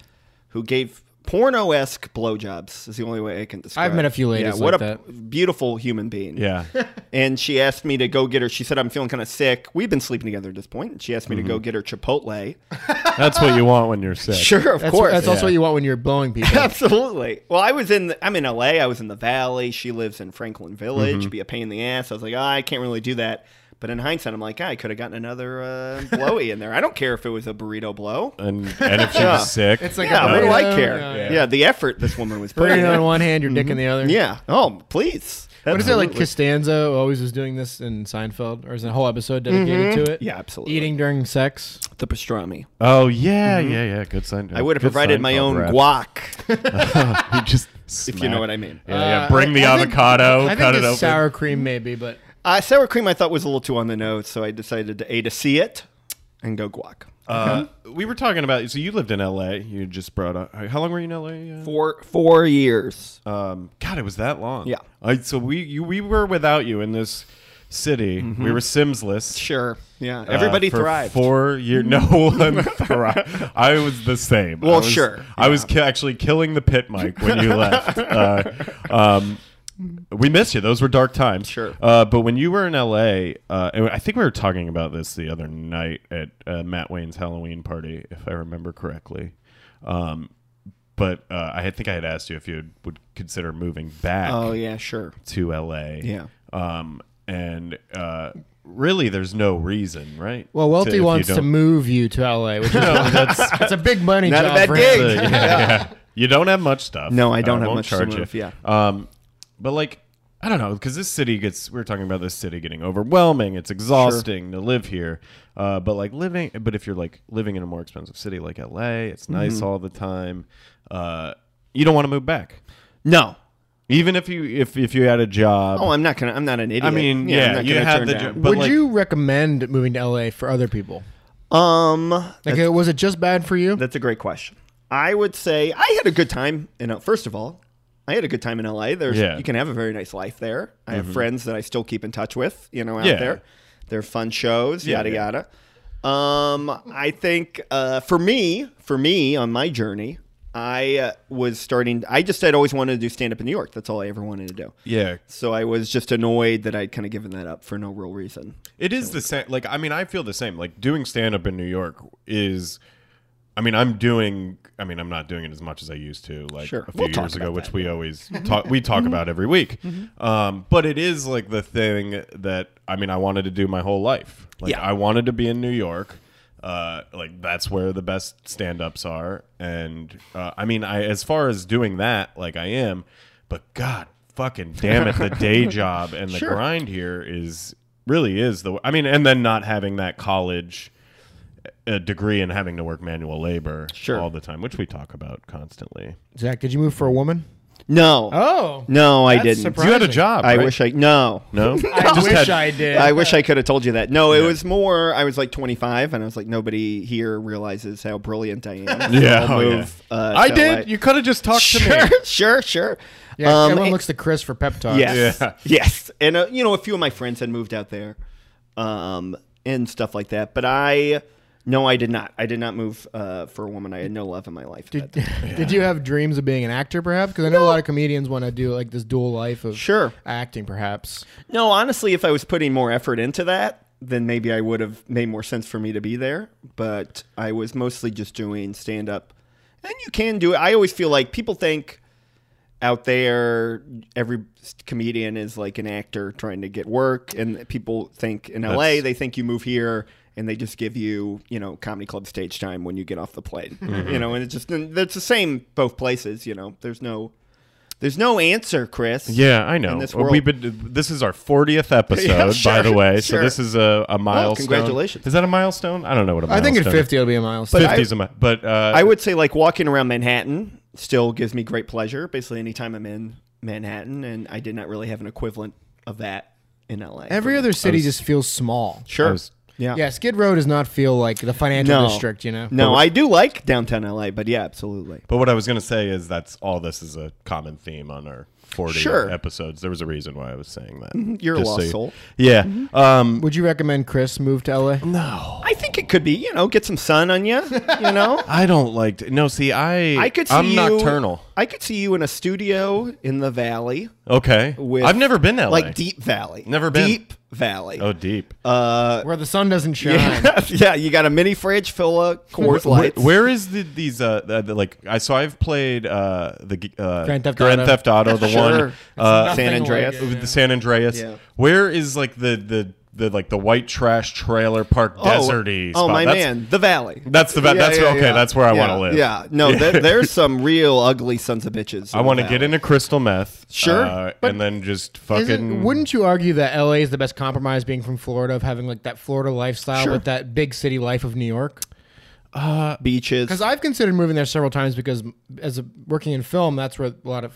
Speaker 3: who gave porno esque blowjobs. Is the only way I can describe.
Speaker 2: met a
Speaker 3: it.
Speaker 2: few ladies
Speaker 3: what
Speaker 2: like
Speaker 3: a
Speaker 2: that.
Speaker 3: beautiful human being.
Speaker 1: Yeah.
Speaker 3: And she asked me to go get her. She said, "I'm feeling kind of sick. We've been sleeping together at this point." And she asked me to go get her Chipotle.
Speaker 1: That's what you want when you're sick.
Speaker 3: Sure, of
Speaker 2: That's,
Speaker 3: course.
Speaker 2: that's also
Speaker 1: Yeah.
Speaker 2: what you want when you're blowing people.
Speaker 3: Absolutely. Well, I was in. The, I'm in LA. I was in the Valley. She lives in Franklin Village. Be a pain in the ass. I was like, "Ah, I can't really do that. But in hindsight, I'm like, ah, I could have gotten another uh, blowy in there. I don't care if it was a burrito blow.
Speaker 1: And, and if she
Speaker 3: Yeah.
Speaker 1: was sick,
Speaker 2: It's like
Speaker 3: yeah,
Speaker 2: a
Speaker 3: what do I
Speaker 2: burrito,
Speaker 3: care?
Speaker 2: yeah,
Speaker 3: Yeah,
Speaker 1: yeah.
Speaker 3: the effort this woman was putting.
Speaker 2: Burrito
Speaker 3: in.
Speaker 2: in one hand, your dick in the other.
Speaker 3: Mm-hmm. Yeah. Oh, please.
Speaker 2: What is it like?
Speaker 3: Absolutely.
Speaker 2: Costanza always was doing this in Seinfeld, or is it a whole episode dedicated to it?
Speaker 3: Yeah, absolutely.
Speaker 2: Eating during sex.
Speaker 3: the pastrami.
Speaker 1: oh yeah, yeah, yeah. Good sign.
Speaker 3: I would have provided my own guac,
Speaker 1: guac. just
Speaker 3: if you know what I mean.
Speaker 1: Yeah, yeah.
Speaker 2: Uh,
Speaker 1: Bring the
Speaker 2: I- I think-
Speaker 1: avocado,
Speaker 2: I think
Speaker 1: cut it
Speaker 2: it's
Speaker 1: open.
Speaker 2: Sour cream, maybe, but
Speaker 3: Uh, sour cream, I thought was a little too on the nose, so I decided to A to see it and go guac.
Speaker 1: Uh, we were talking about. So you lived in L.A. You just brought up. How long were you in L.A.? Uh,
Speaker 3: Four four years.
Speaker 1: um, God, it was that long.
Speaker 3: Yeah.
Speaker 1: I, so we you, we were without you in this city. We were Simsless.
Speaker 3: Sure. Yeah.
Speaker 1: uh,
Speaker 3: Everybody
Speaker 1: for
Speaker 3: thrived.
Speaker 1: Four year, no one thrived. I was the same.
Speaker 3: Well,
Speaker 1: I was-
Speaker 3: sure.
Speaker 1: I was ki- actually killing the pit mic when you left. Uh, um, we miss you. Those were dark times.
Speaker 3: Sure.
Speaker 1: Uh, but when you were in LA, uh, and I think we were talking about this the other night at uh, Matt Wayne's Halloween party, if I remember correctly. Um, but uh, I think I had asked you if you would consider moving back
Speaker 3: Oh yeah, sure.
Speaker 1: to LA.
Speaker 3: Yeah.
Speaker 1: Um, and uh, really, there's no reason, right?
Speaker 2: well,
Speaker 1: To-
Speaker 2: Welty
Speaker 1: if you
Speaker 2: wants to
Speaker 1: don't-
Speaker 2: move you to LA, which is that's, that's a big money
Speaker 3: Not a
Speaker 2: job.
Speaker 3: bad
Speaker 2: for
Speaker 3: gig.
Speaker 2: him.
Speaker 1: Uh, yeah, yeah. You don't have much stuff.
Speaker 3: No, I don't have
Speaker 1: won't
Speaker 3: much to move, yeah.
Speaker 1: Um, but like, I don't know, because this city gets. We were talking about this city getting overwhelming. It's exhausting to live here. Uh, but like living, but if you're like living in a more expensive city like LA,
Speaker 3: Mm-hmm.
Speaker 1: it's nice all the time. Uh, you don't want to move back,
Speaker 3: No.
Speaker 1: even if you if if you had a job.
Speaker 3: Oh, I'm not gonna. I'm not an idiot.
Speaker 1: I mean,
Speaker 3: I'm
Speaker 1: yeah,
Speaker 3: not
Speaker 1: you
Speaker 3: gonna
Speaker 1: had
Speaker 3: turn
Speaker 1: the
Speaker 3: down.
Speaker 1: jo- but
Speaker 2: Would
Speaker 1: like-
Speaker 2: you recommend moving to LA for other people?
Speaker 3: Um,
Speaker 2: Like, uh, was it just bad for you?
Speaker 3: That's a great question. I would say I had a good time. In uh, first of all, I had a good time in LA. There's
Speaker 1: Yeah. Mm-hmm.
Speaker 3: you can have a very nice life there. I have friends that I still keep in touch with. You know, out
Speaker 1: Yeah.
Speaker 3: there, they're fun shows.
Speaker 1: Yeah,
Speaker 3: yada
Speaker 1: yeah.
Speaker 3: yada. Um, I think uh, for me, for me on my journey, I uh, was starting. I just had always wanted to do stand up in New York. That's all I ever wanted to do.
Speaker 1: yeah,
Speaker 3: So I was just annoyed that I'd kind of given that up for no real reason.
Speaker 1: It is the same. Like, I mean, I feel the same. Like, doing stand up in New York is. I mean, I'm doing. I mean, I'm not doing it as much as I used to, like
Speaker 3: Sure.
Speaker 1: a few
Speaker 3: We'll talk
Speaker 1: years ago,
Speaker 3: about Mm-hmm.
Speaker 1: which we always talk. We talk about every week. Um, but it is like the thing that I mean, I wanted to do my whole life. Like,
Speaker 3: Yeah.
Speaker 1: I wanted to be in New York. Uh, like that's where the best stand-ups are, and uh, I mean, I as far as doing that, like I am, but God, fucking damn it, the day job and the grind here is really is the. I mean, and then not having that college a degree and having to work manual labor
Speaker 3: Sure.
Speaker 1: all the time, which we talk about constantly.
Speaker 2: Zach, did you move for a woman?
Speaker 3: No,
Speaker 2: Oh,
Speaker 3: no, I
Speaker 2: That's
Speaker 3: didn't.
Speaker 2: surprising.
Speaker 1: You had a job.
Speaker 3: I
Speaker 1: right?
Speaker 3: wish I no.
Speaker 1: no.
Speaker 2: I
Speaker 1: Just
Speaker 2: wish
Speaker 1: had-
Speaker 2: I did.
Speaker 3: I wish I could have told you that. No, it was more. I was like 25, and I was like, nobody here realizes how brilliant I am. So
Speaker 1: Yeah,
Speaker 3: I'll
Speaker 1: oh, yeah.
Speaker 3: move, uh,
Speaker 1: I
Speaker 3: to
Speaker 1: did.
Speaker 3: LA.
Speaker 1: You could have just talked
Speaker 3: sure,
Speaker 1: to me.
Speaker 3: sure, sure.
Speaker 2: Yeah,
Speaker 3: Um,
Speaker 2: everyone
Speaker 3: and-
Speaker 2: looks to Chris for pep talks.
Speaker 3: Yes,
Speaker 1: Yeah.
Speaker 3: yes, and uh, you know, a few of my friends had moved out there, um, and stuff like that. But I, no, I did not. I did not move uh, for a woman. I had no love in my life.
Speaker 2: Did, did you have dreams of being an actor, perhaps? Because I know a lot of comedians want to do like this dual life of
Speaker 3: Sure.
Speaker 2: acting, perhaps.
Speaker 3: No, honestly, if I was putting more effort into that, then maybe I would have made more sense for me to be there. But I was mostly just doing stand up. And you can do it. I always feel like people think out there every comedian is like an actor trying to get work and people think in LA
Speaker 1: That's-
Speaker 3: they think you move here and they just give you, you know, comedy club stage time when you get off the plane. You know, and it's just and it's the same both places, you know. There's no there's no answer, Chris.
Speaker 1: Yeah, I know.
Speaker 3: this
Speaker 1: Uh, We've
Speaker 3: world.
Speaker 1: been. This is our fortieth episode,
Speaker 3: Yeah,
Speaker 1: by
Speaker 3: sure,
Speaker 1: the way. So
Speaker 3: sure.
Speaker 1: this is a, a milestone.
Speaker 3: congratulations.
Speaker 1: Is that a milestone? I don't know what a
Speaker 2: I
Speaker 1: milestone.
Speaker 2: think at
Speaker 1: is.
Speaker 2: 50 it'll be a milestone.
Speaker 3: But I-
Speaker 1: 50's a mi- but uh,
Speaker 3: I would say like walking around Manhattan still gives me great pleasure. Basically, anytime I'm in Manhattan, and I did not really have an equivalent of that in LA.
Speaker 2: Every other city just feels small.
Speaker 1: I
Speaker 3: sure,
Speaker 1: was-
Speaker 3: yeah,
Speaker 2: Yeah, Skid Row does not feel like the financial
Speaker 3: No.
Speaker 2: district, you know?
Speaker 3: No, I do like downtown LA, but yeah, absolutely.
Speaker 1: But what I was going to say is that's all this is a common theme on our 40
Speaker 3: Sure. Mm-hmm.
Speaker 1: episodes. There was a reason why I was saying that.
Speaker 3: You're a
Speaker 1: Just
Speaker 3: lost
Speaker 1: you-
Speaker 3: soul. Mm-hmm.
Speaker 1: Yeah. Um,
Speaker 2: Would you recommend Chris move to LA?
Speaker 1: no.
Speaker 3: I think it could be, you know, get some sun on you, you know.
Speaker 1: I don't like to, No, see, I
Speaker 3: I could see
Speaker 1: I'm
Speaker 3: you,
Speaker 1: nocturnal.
Speaker 3: I could see you in a studio in the valley
Speaker 1: Okay.
Speaker 3: with
Speaker 1: I've never been that
Speaker 3: like deep valley.
Speaker 1: Never been.
Speaker 3: deep valley.
Speaker 1: Oh, deep.
Speaker 3: Uh,
Speaker 2: Where the sun doesn't shine.
Speaker 3: yeah, yeah, you got a mini fridge full of Coors
Speaker 1: Wh- wh-
Speaker 3: Lights.
Speaker 1: where is the these uh the, the, like I so I've played uh the g- uh
Speaker 2: Grand Theft Auto.
Speaker 1: Theft Auto the
Speaker 3: Sure.
Speaker 1: one uh
Speaker 3: San
Speaker 2: Nothing
Speaker 3: Andreas.
Speaker 2: like it,
Speaker 1: with the
Speaker 2: yeah.
Speaker 1: San Andreas.
Speaker 3: Yeah.
Speaker 1: Where is like the the the like the white trash trailer park deserty
Speaker 3: Oh,
Speaker 1: spot?
Speaker 3: my
Speaker 1: That's-
Speaker 3: man, the valley.
Speaker 1: That's the va-
Speaker 3: Yeah,
Speaker 1: that's
Speaker 3: yeah,
Speaker 1: okay.
Speaker 3: yeah.
Speaker 1: That's where I want
Speaker 3: Yeah,
Speaker 1: to live.
Speaker 3: Yeah, no, there- there's some real ugly sons of bitches.
Speaker 1: I want to get into crystal meth.
Speaker 3: Sure,
Speaker 1: uh,
Speaker 2: but
Speaker 1: and then just
Speaker 2: Isn't,
Speaker 1: fucking.
Speaker 2: wouldn't you argue that LA is the best compromise being from Florida of having like that Florida lifestyle
Speaker 3: Sure.
Speaker 2: with that big city life of New York?
Speaker 3: beaches.
Speaker 2: Because I've considered moving there several times because as a, working in film, that's where a lot of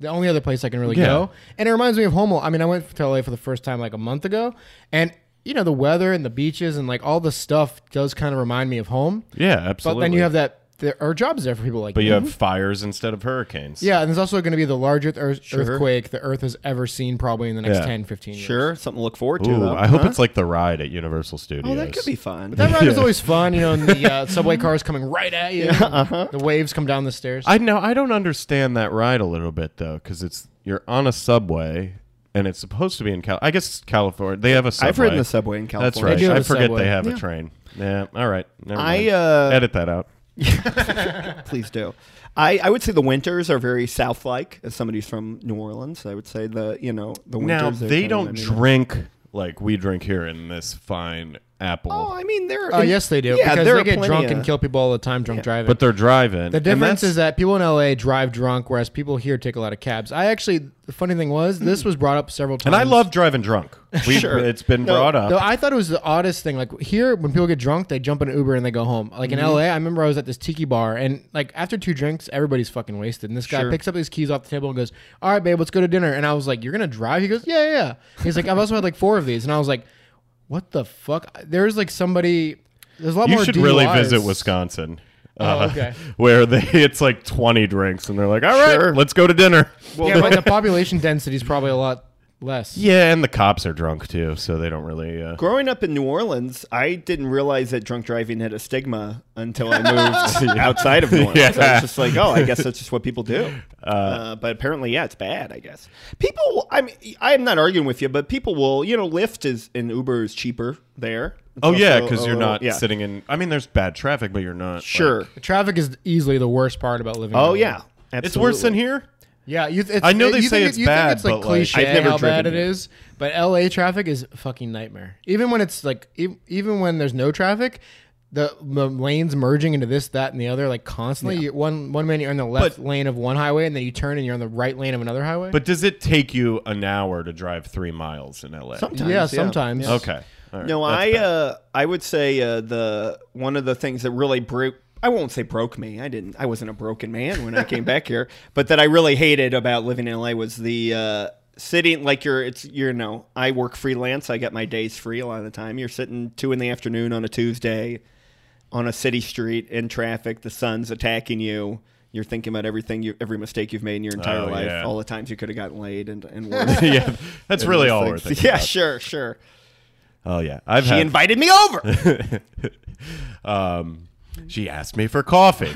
Speaker 2: the only other place I can really
Speaker 1: Yeah.
Speaker 2: go. And it reminds me of home. I mean, I went to LA for the first time like a month ago, and you know the weather and the beaches and like all the stuff does kind of remind me of home.
Speaker 1: yeah,
Speaker 2: But
Speaker 1: absolutely.
Speaker 2: then you have that there are jobs there for people like
Speaker 1: But
Speaker 2: me.
Speaker 1: you
Speaker 3: Mm-hmm.
Speaker 1: have fires instead of hurricanes.
Speaker 2: yeah, and there's also going to be the largest earth, earthquake the Earth has ever seen probably in the next
Speaker 1: Yeah.
Speaker 2: 10, 15 years.
Speaker 3: sure, something to look forward to.
Speaker 1: Ooh,
Speaker 3: though,
Speaker 1: I hope
Speaker 3: huh?
Speaker 1: it's like the ride at Universal Studios.
Speaker 3: Oh, that could be fun.
Speaker 2: That ride is always fun, you know. And the uh, subway car is coming right at you.
Speaker 1: Uh-huh.
Speaker 2: The waves come down the stairs.
Speaker 1: I know. I don't understand that ride a little bit though, because it's you're on a subway and it's supposed to be in Cal. I guess California. They have a subway.
Speaker 3: I've ridden the subway in
Speaker 1: That's
Speaker 3: California.
Speaker 1: right.
Speaker 2: do have
Speaker 1: I
Speaker 2: a
Speaker 1: forget
Speaker 2: subway.
Speaker 1: they have a train. Yeah. All right. Never
Speaker 3: I,
Speaker 1: mind.
Speaker 3: uh,
Speaker 1: edit that out.
Speaker 3: Please do. I, I would say the winters are very south like. As somebody who's from New Orleans, I would say the you know the winters.
Speaker 1: Now
Speaker 3: are
Speaker 1: they
Speaker 3: kinda
Speaker 1: don't
Speaker 3: remind me of-
Speaker 1: drink like we drink here in this fine apple,
Speaker 3: Oh, I mean they're.
Speaker 2: Oh yes, they do.
Speaker 3: Yeah,
Speaker 2: because
Speaker 3: there
Speaker 2: they
Speaker 3: are
Speaker 2: get
Speaker 3: plenty
Speaker 2: drunk
Speaker 3: of-
Speaker 2: and kill people all the time drunk driving.
Speaker 1: but they're driving.
Speaker 2: the difference
Speaker 1: is.
Speaker 2: is that people in LA drive drunk, whereas people here take a lot of cabs. I actually, the funny thing was,
Speaker 3: Mm.
Speaker 2: this was brought up several times.
Speaker 1: And I love driving drunk. We,
Speaker 3: Sure.
Speaker 1: It's been
Speaker 3: No,
Speaker 1: brought up.
Speaker 2: Though I thought it was the oddest thing. Like here, when people get drunk, they jump in an Uber and they go home. Like
Speaker 3: Mm-hmm.
Speaker 2: in LA, I remember I was at this tiki bar, and like after two drinks, everybody's fucking wasted. And this guy
Speaker 3: Sure.
Speaker 2: picks up his keys off the table and goes, "All right, babe, let's go to dinner." And I was like, "You're gonna drive?" He goes, "Yeah, yeah." yeah." He's like, "I've also had like four of these," and I was like, "What the fuck?" There's like somebody. There's a lot
Speaker 1: you
Speaker 2: more.
Speaker 1: should really
Speaker 2: DUIs.
Speaker 1: visit Wisconsin. uh,
Speaker 2: Oh, okay.
Speaker 1: Where they it's like 20 drinks and they're like, all right,
Speaker 3: Sure.
Speaker 1: let's go to dinner.
Speaker 2: yeah, but the population density is probably a lot less.
Speaker 1: Yeah, and the cops are drunk too, so they don't really. Uh,
Speaker 3: Growing up in New Orleans, I didn't realize that drunk driving had a stigma until I moved outside of New Orleans.
Speaker 1: Yeah.
Speaker 3: I was just like, oh, I guess that's just what people do. Uh, but apparently, yeah, it's bad. I guess people. I mean, I'm not arguing with you, but people will. You know, Lyft is and Uber is cheaper there. It's
Speaker 1: oh, yeah,
Speaker 3: also
Speaker 1: because
Speaker 3: a
Speaker 1: you're
Speaker 3: little-
Speaker 1: not
Speaker 3: yeah.
Speaker 1: sitting in. I mean, there's bad traffic, but you're not.
Speaker 3: Sure.
Speaker 1: like-
Speaker 2: The traffic is easily the worst part about living. in
Speaker 3: oh
Speaker 2: LA.
Speaker 3: yeah,
Speaker 1: it's worse than
Speaker 3: absolutely.
Speaker 1: here.
Speaker 2: Yeah, you th- it's,
Speaker 1: I know
Speaker 2: you
Speaker 1: they
Speaker 2: think
Speaker 1: say
Speaker 2: it-
Speaker 1: it's
Speaker 2: you
Speaker 1: bad,
Speaker 2: think it's like
Speaker 1: but, like,
Speaker 2: cliche
Speaker 3: I've never
Speaker 2: how bad
Speaker 3: driven
Speaker 2: it
Speaker 3: it.
Speaker 2: is, but LA traffic is a fucking nightmare. Even when it's like e- even when there's no traffic, the, the lanes merging into this, that, and the other like constantly. You, one one minute you're on the left
Speaker 1: But-
Speaker 2: lane of one highway, and then you turn and you're on the right lane of another highway.
Speaker 1: But does it take you an hour to drive three miles in LA?
Speaker 3: Sometimes,
Speaker 2: yeah, sometimes.
Speaker 1: Okay. All right.
Speaker 3: No,
Speaker 1: That's
Speaker 3: I
Speaker 1: bad.
Speaker 3: uh, I would say uh, the one of the things that really broke I won't say broke me. I didn't. I wasn't a broken man when I came back here. But that I really hated about living in LA was the uh, sitting like you're. It's you know. I work freelance. I get my days free a lot of the time. You're sitting two in the afternoon on a Tuesday, on a city street in traffic. The sun's attacking you. You're thinking about everything you, every mistake you've made in your entire
Speaker 1: Oh,
Speaker 3: life,
Speaker 1: yeah.
Speaker 3: all the times you could have gotten laid and and worse.
Speaker 1: yeah, that's really all we're thinking.
Speaker 3: Yeah,
Speaker 1: about.
Speaker 3: sure, sure.
Speaker 1: Oh yeah, I've
Speaker 3: She
Speaker 1: had.
Speaker 3: invited me over.
Speaker 1: um, she asked me for coffee.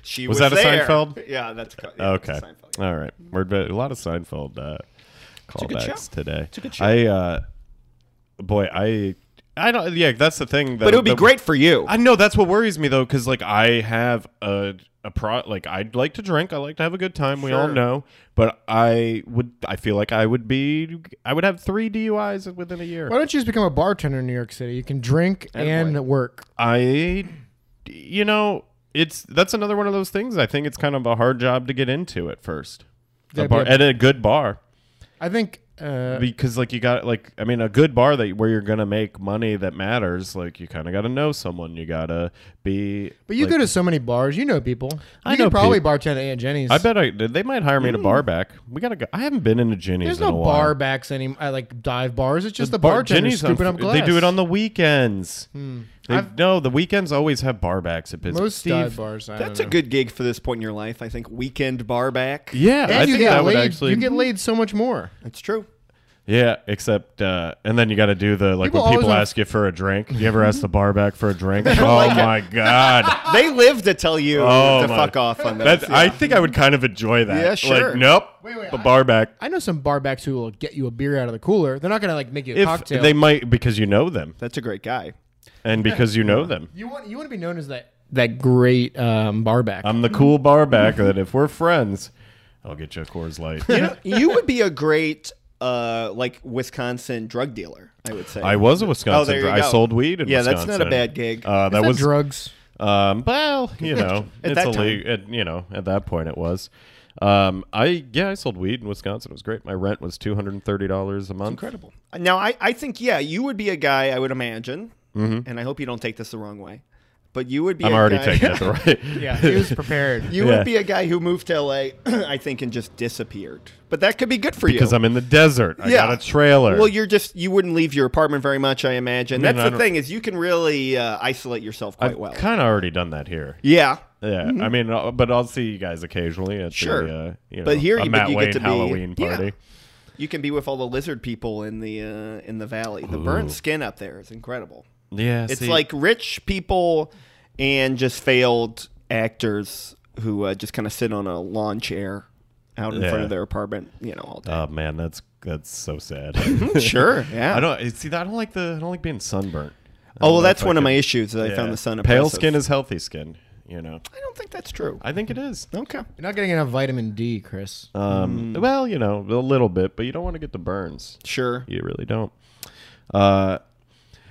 Speaker 3: She
Speaker 1: Was
Speaker 3: was,
Speaker 1: that a
Speaker 3: there.
Speaker 1: Seinfeld?
Speaker 3: Yeah, that's co- yeah,
Speaker 1: Okay.
Speaker 3: That's a Seinfeld.
Speaker 1: All right. We're bit- a lot of Seinfeld uh,
Speaker 3: a good show.
Speaker 1: callbacks today.
Speaker 3: a good show.
Speaker 1: I uh, boy, I I don't. Yeah, that's the thing. That,
Speaker 3: But it would be
Speaker 1: that-
Speaker 3: great for you.
Speaker 1: I know that's what worries me though, because like I have a a pro like I'd like to drink. I like to have a good time. We all
Speaker 3: Sure.
Speaker 1: know, but I would. I feel like I would be. I would have three DUIs within a year.
Speaker 2: why don't you just become a bartender in New York City? You can drink and work.
Speaker 1: I, you know, it's that's another one of those things. I think it's kind of a hard job to get into at first.
Speaker 2: Yeah,
Speaker 1: A bar,
Speaker 2: but-
Speaker 1: at a good bar.
Speaker 2: I think Uh,
Speaker 1: because like you got like I mean a good bar that where you're gonna make money that matters like you kind of got to know someone you gotta be.
Speaker 2: but you
Speaker 1: like-
Speaker 2: go to so many bars, you know people.
Speaker 1: I
Speaker 2: you
Speaker 1: know
Speaker 2: could probably
Speaker 1: people.
Speaker 2: bartend at Aunt Jenny's.
Speaker 1: I bet I they might hire me to bar back. We gotta go. I haven't been in a Ginny's.
Speaker 2: Hmm. there's
Speaker 1: in
Speaker 2: no
Speaker 1: a while.
Speaker 2: bar backs any at like dive bars. It's just the,
Speaker 1: bar
Speaker 2: bartender
Speaker 1: Ginny's on-
Speaker 2: scooping up glass. Hmm.
Speaker 1: They do it on the weekends. They,
Speaker 2: I've-
Speaker 1: no, the weekends always have bar backs at Pittsburgh.
Speaker 2: most
Speaker 1: Steve,
Speaker 2: dive bars. I
Speaker 3: That's
Speaker 2: don't
Speaker 3: a
Speaker 2: know.
Speaker 3: good gig for this point in your life. I think weekend bar back.
Speaker 1: Yeah,
Speaker 2: And
Speaker 1: I
Speaker 2: you
Speaker 1: think
Speaker 2: get
Speaker 1: that would
Speaker 2: laid.
Speaker 1: actually.
Speaker 2: you get laid so much more.
Speaker 3: It's true.
Speaker 1: yeah, except uh, and then you got to do the like
Speaker 2: People
Speaker 1: when people
Speaker 2: always wanna-
Speaker 1: ask you for a drink. You ever ask the bar back for a drink? oh my god.
Speaker 3: They live to tell you
Speaker 1: Oh,
Speaker 3: to
Speaker 1: my-
Speaker 3: fuck off on this.
Speaker 1: That, I think I would kind of enjoy that.
Speaker 3: Yeah, sure.
Speaker 1: Like, nope.
Speaker 2: Wait, wait,
Speaker 1: the
Speaker 2: I-
Speaker 1: bar back.
Speaker 2: I know some bar backs who will get you a beer out of the cooler. They're not gonna like make you a
Speaker 1: If
Speaker 2: cocktail.
Speaker 1: they might, because you know them,
Speaker 3: That's a great guy.
Speaker 1: and because you know them,
Speaker 2: you want you want to be known as that that great um, bar back.
Speaker 1: I'm the cool bar back. that if we're friends, I'll get you a Coors Light.
Speaker 3: You know, you would be a great uh, like Wisconsin drug dealer. I would say.
Speaker 1: I was a Wisconsin.
Speaker 3: Oh, there you
Speaker 1: dr- I
Speaker 3: go.
Speaker 1: sold weed in
Speaker 3: Yeah, that's
Speaker 1: Wisconsin.
Speaker 3: not a bad gig.
Speaker 1: Uh, that
Speaker 2: Is
Speaker 1: was
Speaker 2: drugs.
Speaker 1: Um, well, you know,
Speaker 3: At
Speaker 1: it's
Speaker 3: that
Speaker 1: illegal. At, you know, at that point, it was. Um, I yeah, I sold weed in Wisconsin. It was great. My rent was two hundred and thirty dollars a month.
Speaker 3: Incredible. Now, I, I think, yeah, you would be a guy, I would imagine, and I hope you don't take this the wrong way, but you would be
Speaker 1: Mm-hmm. I'm
Speaker 3: a
Speaker 1: already
Speaker 3: guy,
Speaker 1: taking it the right.
Speaker 2: Yeah, he was prepared.
Speaker 3: You
Speaker 1: Yeah.
Speaker 3: would be a guy who moved to LA, I think, and just disappeared. But that could be good for you.
Speaker 1: because I'm in the desert. I
Speaker 3: Yeah.
Speaker 1: got a trailer.
Speaker 3: Well, you're just, you wouldn't leave your apartment very much, I imagine.
Speaker 1: I mean,
Speaker 3: That's
Speaker 1: I
Speaker 3: the
Speaker 1: don't-
Speaker 3: thing is you can really uh, isolate yourself quite
Speaker 1: I've
Speaker 3: well.
Speaker 1: kind of already done that here.
Speaker 3: yeah.
Speaker 1: Yeah, I mean, uh, but I'll see you guys occasionally at
Speaker 3: Sure.
Speaker 1: the, uh, you know,
Speaker 3: But here
Speaker 1: a
Speaker 3: you- but
Speaker 1: Matt
Speaker 3: you get
Speaker 1: Wayne
Speaker 3: to be-
Speaker 1: Halloween
Speaker 3: yeah.
Speaker 1: party.
Speaker 3: You can be with all the lizard people in the uh, in the valley. The burnt skin up there is incredible.
Speaker 1: Yeah,
Speaker 3: It's like rich people and just failed actors who uh, just kind of sit on a lawn chair out in front
Speaker 1: Yeah.
Speaker 3: of their apartment, you know, all day.
Speaker 1: oh man, that's that's so sad.
Speaker 3: sure, yeah.
Speaker 1: I don't eh, see. I don't like the. I don't like being sunburnt. I
Speaker 3: oh,
Speaker 1: don't
Speaker 3: well,
Speaker 1: know if
Speaker 3: that's
Speaker 1: I
Speaker 3: one of
Speaker 1: could-
Speaker 3: my issues that I
Speaker 1: Yeah.
Speaker 3: found the sun
Speaker 1: Pale
Speaker 3: oppressive.
Speaker 1: skin is healthy skin. You know,
Speaker 3: I don't think that's true.
Speaker 1: I think it is.
Speaker 3: okay.
Speaker 2: You're not getting enough vitamin D, Chris.
Speaker 3: Mm.
Speaker 1: Um, Well, you know, a little bit, but you don't want to get the burns.
Speaker 3: Sure.
Speaker 1: You really don't. Uh,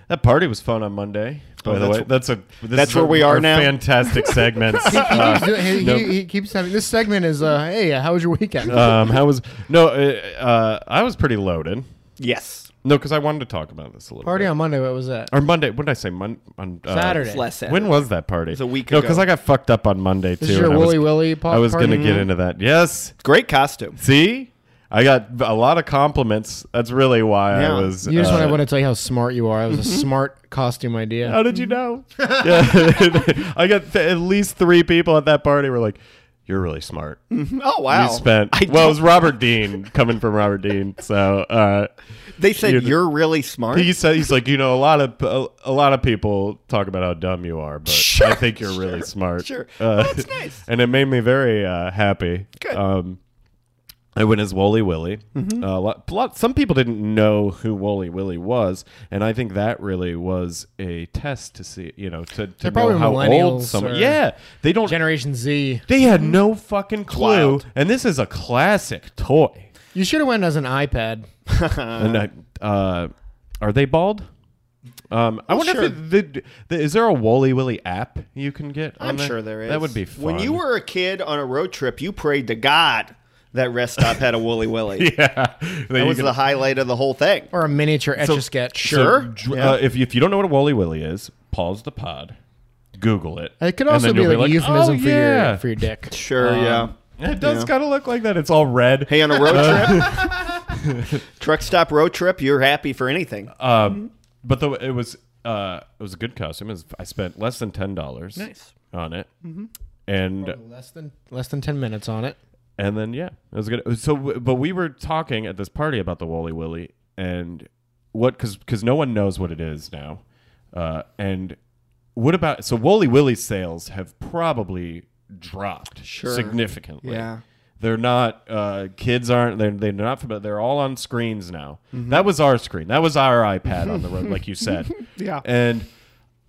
Speaker 1: that party was fun on Monday. By
Speaker 3: Oh,
Speaker 1: the
Speaker 3: that's-
Speaker 1: way, that's a this
Speaker 3: that's
Speaker 1: is
Speaker 3: where
Speaker 1: our-
Speaker 3: we are
Speaker 1: our
Speaker 3: now?
Speaker 1: Fantastic segments.
Speaker 2: He
Speaker 1: Uh,
Speaker 2: keeps doing- he,
Speaker 1: no.
Speaker 2: he- he keeps having this segment is uh, hey, how was your weekend?
Speaker 1: um, how was no? Uh, uh, I was pretty loaded.
Speaker 3: Yes.
Speaker 1: No, because I wanted to talk about this a little.
Speaker 2: Party
Speaker 1: bit.
Speaker 2: on Monday. What was that?
Speaker 1: or Monday. When did I say Mon- on uh,
Speaker 2: Saturday.
Speaker 3: It's less sad.
Speaker 1: When was that party?
Speaker 3: was a week
Speaker 1: No,
Speaker 3: ago.
Speaker 1: because I got fucked up on Monday too.
Speaker 2: This is your
Speaker 1: and I was-
Speaker 2: Willy Willy pop
Speaker 1: I was
Speaker 2: party?
Speaker 1: gonna get into that. Yes.
Speaker 3: Great costume.
Speaker 1: See, I got a lot of compliments. That's really why
Speaker 3: Yeah.
Speaker 1: I was.
Speaker 2: You just
Speaker 1: uh,
Speaker 2: want to want to tell you how smart you are. It was a smart costume idea.
Speaker 1: How did you know? yeah, I got th- at least three people at that party were like, "You're really smart."
Speaker 3: Oh, wow.
Speaker 1: You spent
Speaker 3: I
Speaker 1: well. It
Speaker 3: don't-
Speaker 1: was Robert Dean coming from Robert Dean, so uh,
Speaker 3: they said
Speaker 1: you're
Speaker 3: you're,
Speaker 1: the-
Speaker 3: really smart.
Speaker 1: he said he's like, you know, a lot of a, a lot of people talk about how dumb you are, but
Speaker 3: Sure,
Speaker 1: I think you're really
Speaker 3: sure,
Speaker 1: smart.
Speaker 3: sure. Oh,
Speaker 1: Uh,
Speaker 3: That's nice.
Speaker 1: and it made me very uh, happy.
Speaker 3: Good. Mm-hmm.
Speaker 1: Um, I went as Wooly Willy. Uh, lot, lot, some people didn't know who Wooly Willy was, and I think that really was a test to see, you know, to, to know
Speaker 2: They're probably
Speaker 1: how
Speaker 2: millennials
Speaker 1: old someone.
Speaker 2: or-
Speaker 1: Yeah, they don't.
Speaker 2: Generation Z.
Speaker 1: they had no fucking clue,
Speaker 3: wild.
Speaker 1: and this is a classic toy.
Speaker 2: You should have went as an iPad.
Speaker 1: and I, uh, are they bald? Um, I wonder
Speaker 3: sure.
Speaker 1: if it, the, the, is there a Wooly Willy app you can get? on
Speaker 3: I'm sure there is.
Speaker 1: That would be fun.
Speaker 3: When you were a kid on a road trip, you prayed to God that rest stop had a Wooly Willy.
Speaker 1: yeah,
Speaker 3: That was the highlight of the whole thing.
Speaker 2: Or a miniature etch a sketch.
Speaker 3: sure. Yeah.
Speaker 1: uh, if if you don't know what a Wooly Willy is, pause the pod, Google it.
Speaker 2: It could
Speaker 1: and
Speaker 2: also
Speaker 1: then
Speaker 2: be
Speaker 1: you'll
Speaker 2: like, a euphemism
Speaker 1: "Oh,
Speaker 2: for
Speaker 1: yeah."
Speaker 2: your for your dick.
Speaker 3: Sure,
Speaker 1: Um,
Speaker 3: yeah.
Speaker 1: It does
Speaker 3: Yeah.
Speaker 1: kind of look like that. It's all red.
Speaker 3: Hey, on a road
Speaker 1: Uh,
Speaker 3: trip, truck stop road trip, you're happy for anything.
Speaker 1: Um, but though it was uh, it was a good costume. It was- I spent less than ten dollars
Speaker 3: Nice. Mm-hmm.
Speaker 1: on it, and
Speaker 2: Less than less than ten minutes on it.
Speaker 1: And then yeah, it was good. So, w- but we were talking at this party about the Wooly Willy and what because because no one knows what it is now. Uh, and what about so Wooly Willy sales have probably dropped
Speaker 3: Sure.
Speaker 1: significantly.
Speaker 3: Yeah.
Speaker 1: They're not uh, kids aren't they're, they're not familiar. They're all on screens now.
Speaker 3: Mm-hmm.
Speaker 1: That was our screen. That was our iPad on the road, like you said.
Speaker 3: Yeah.
Speaker 1: And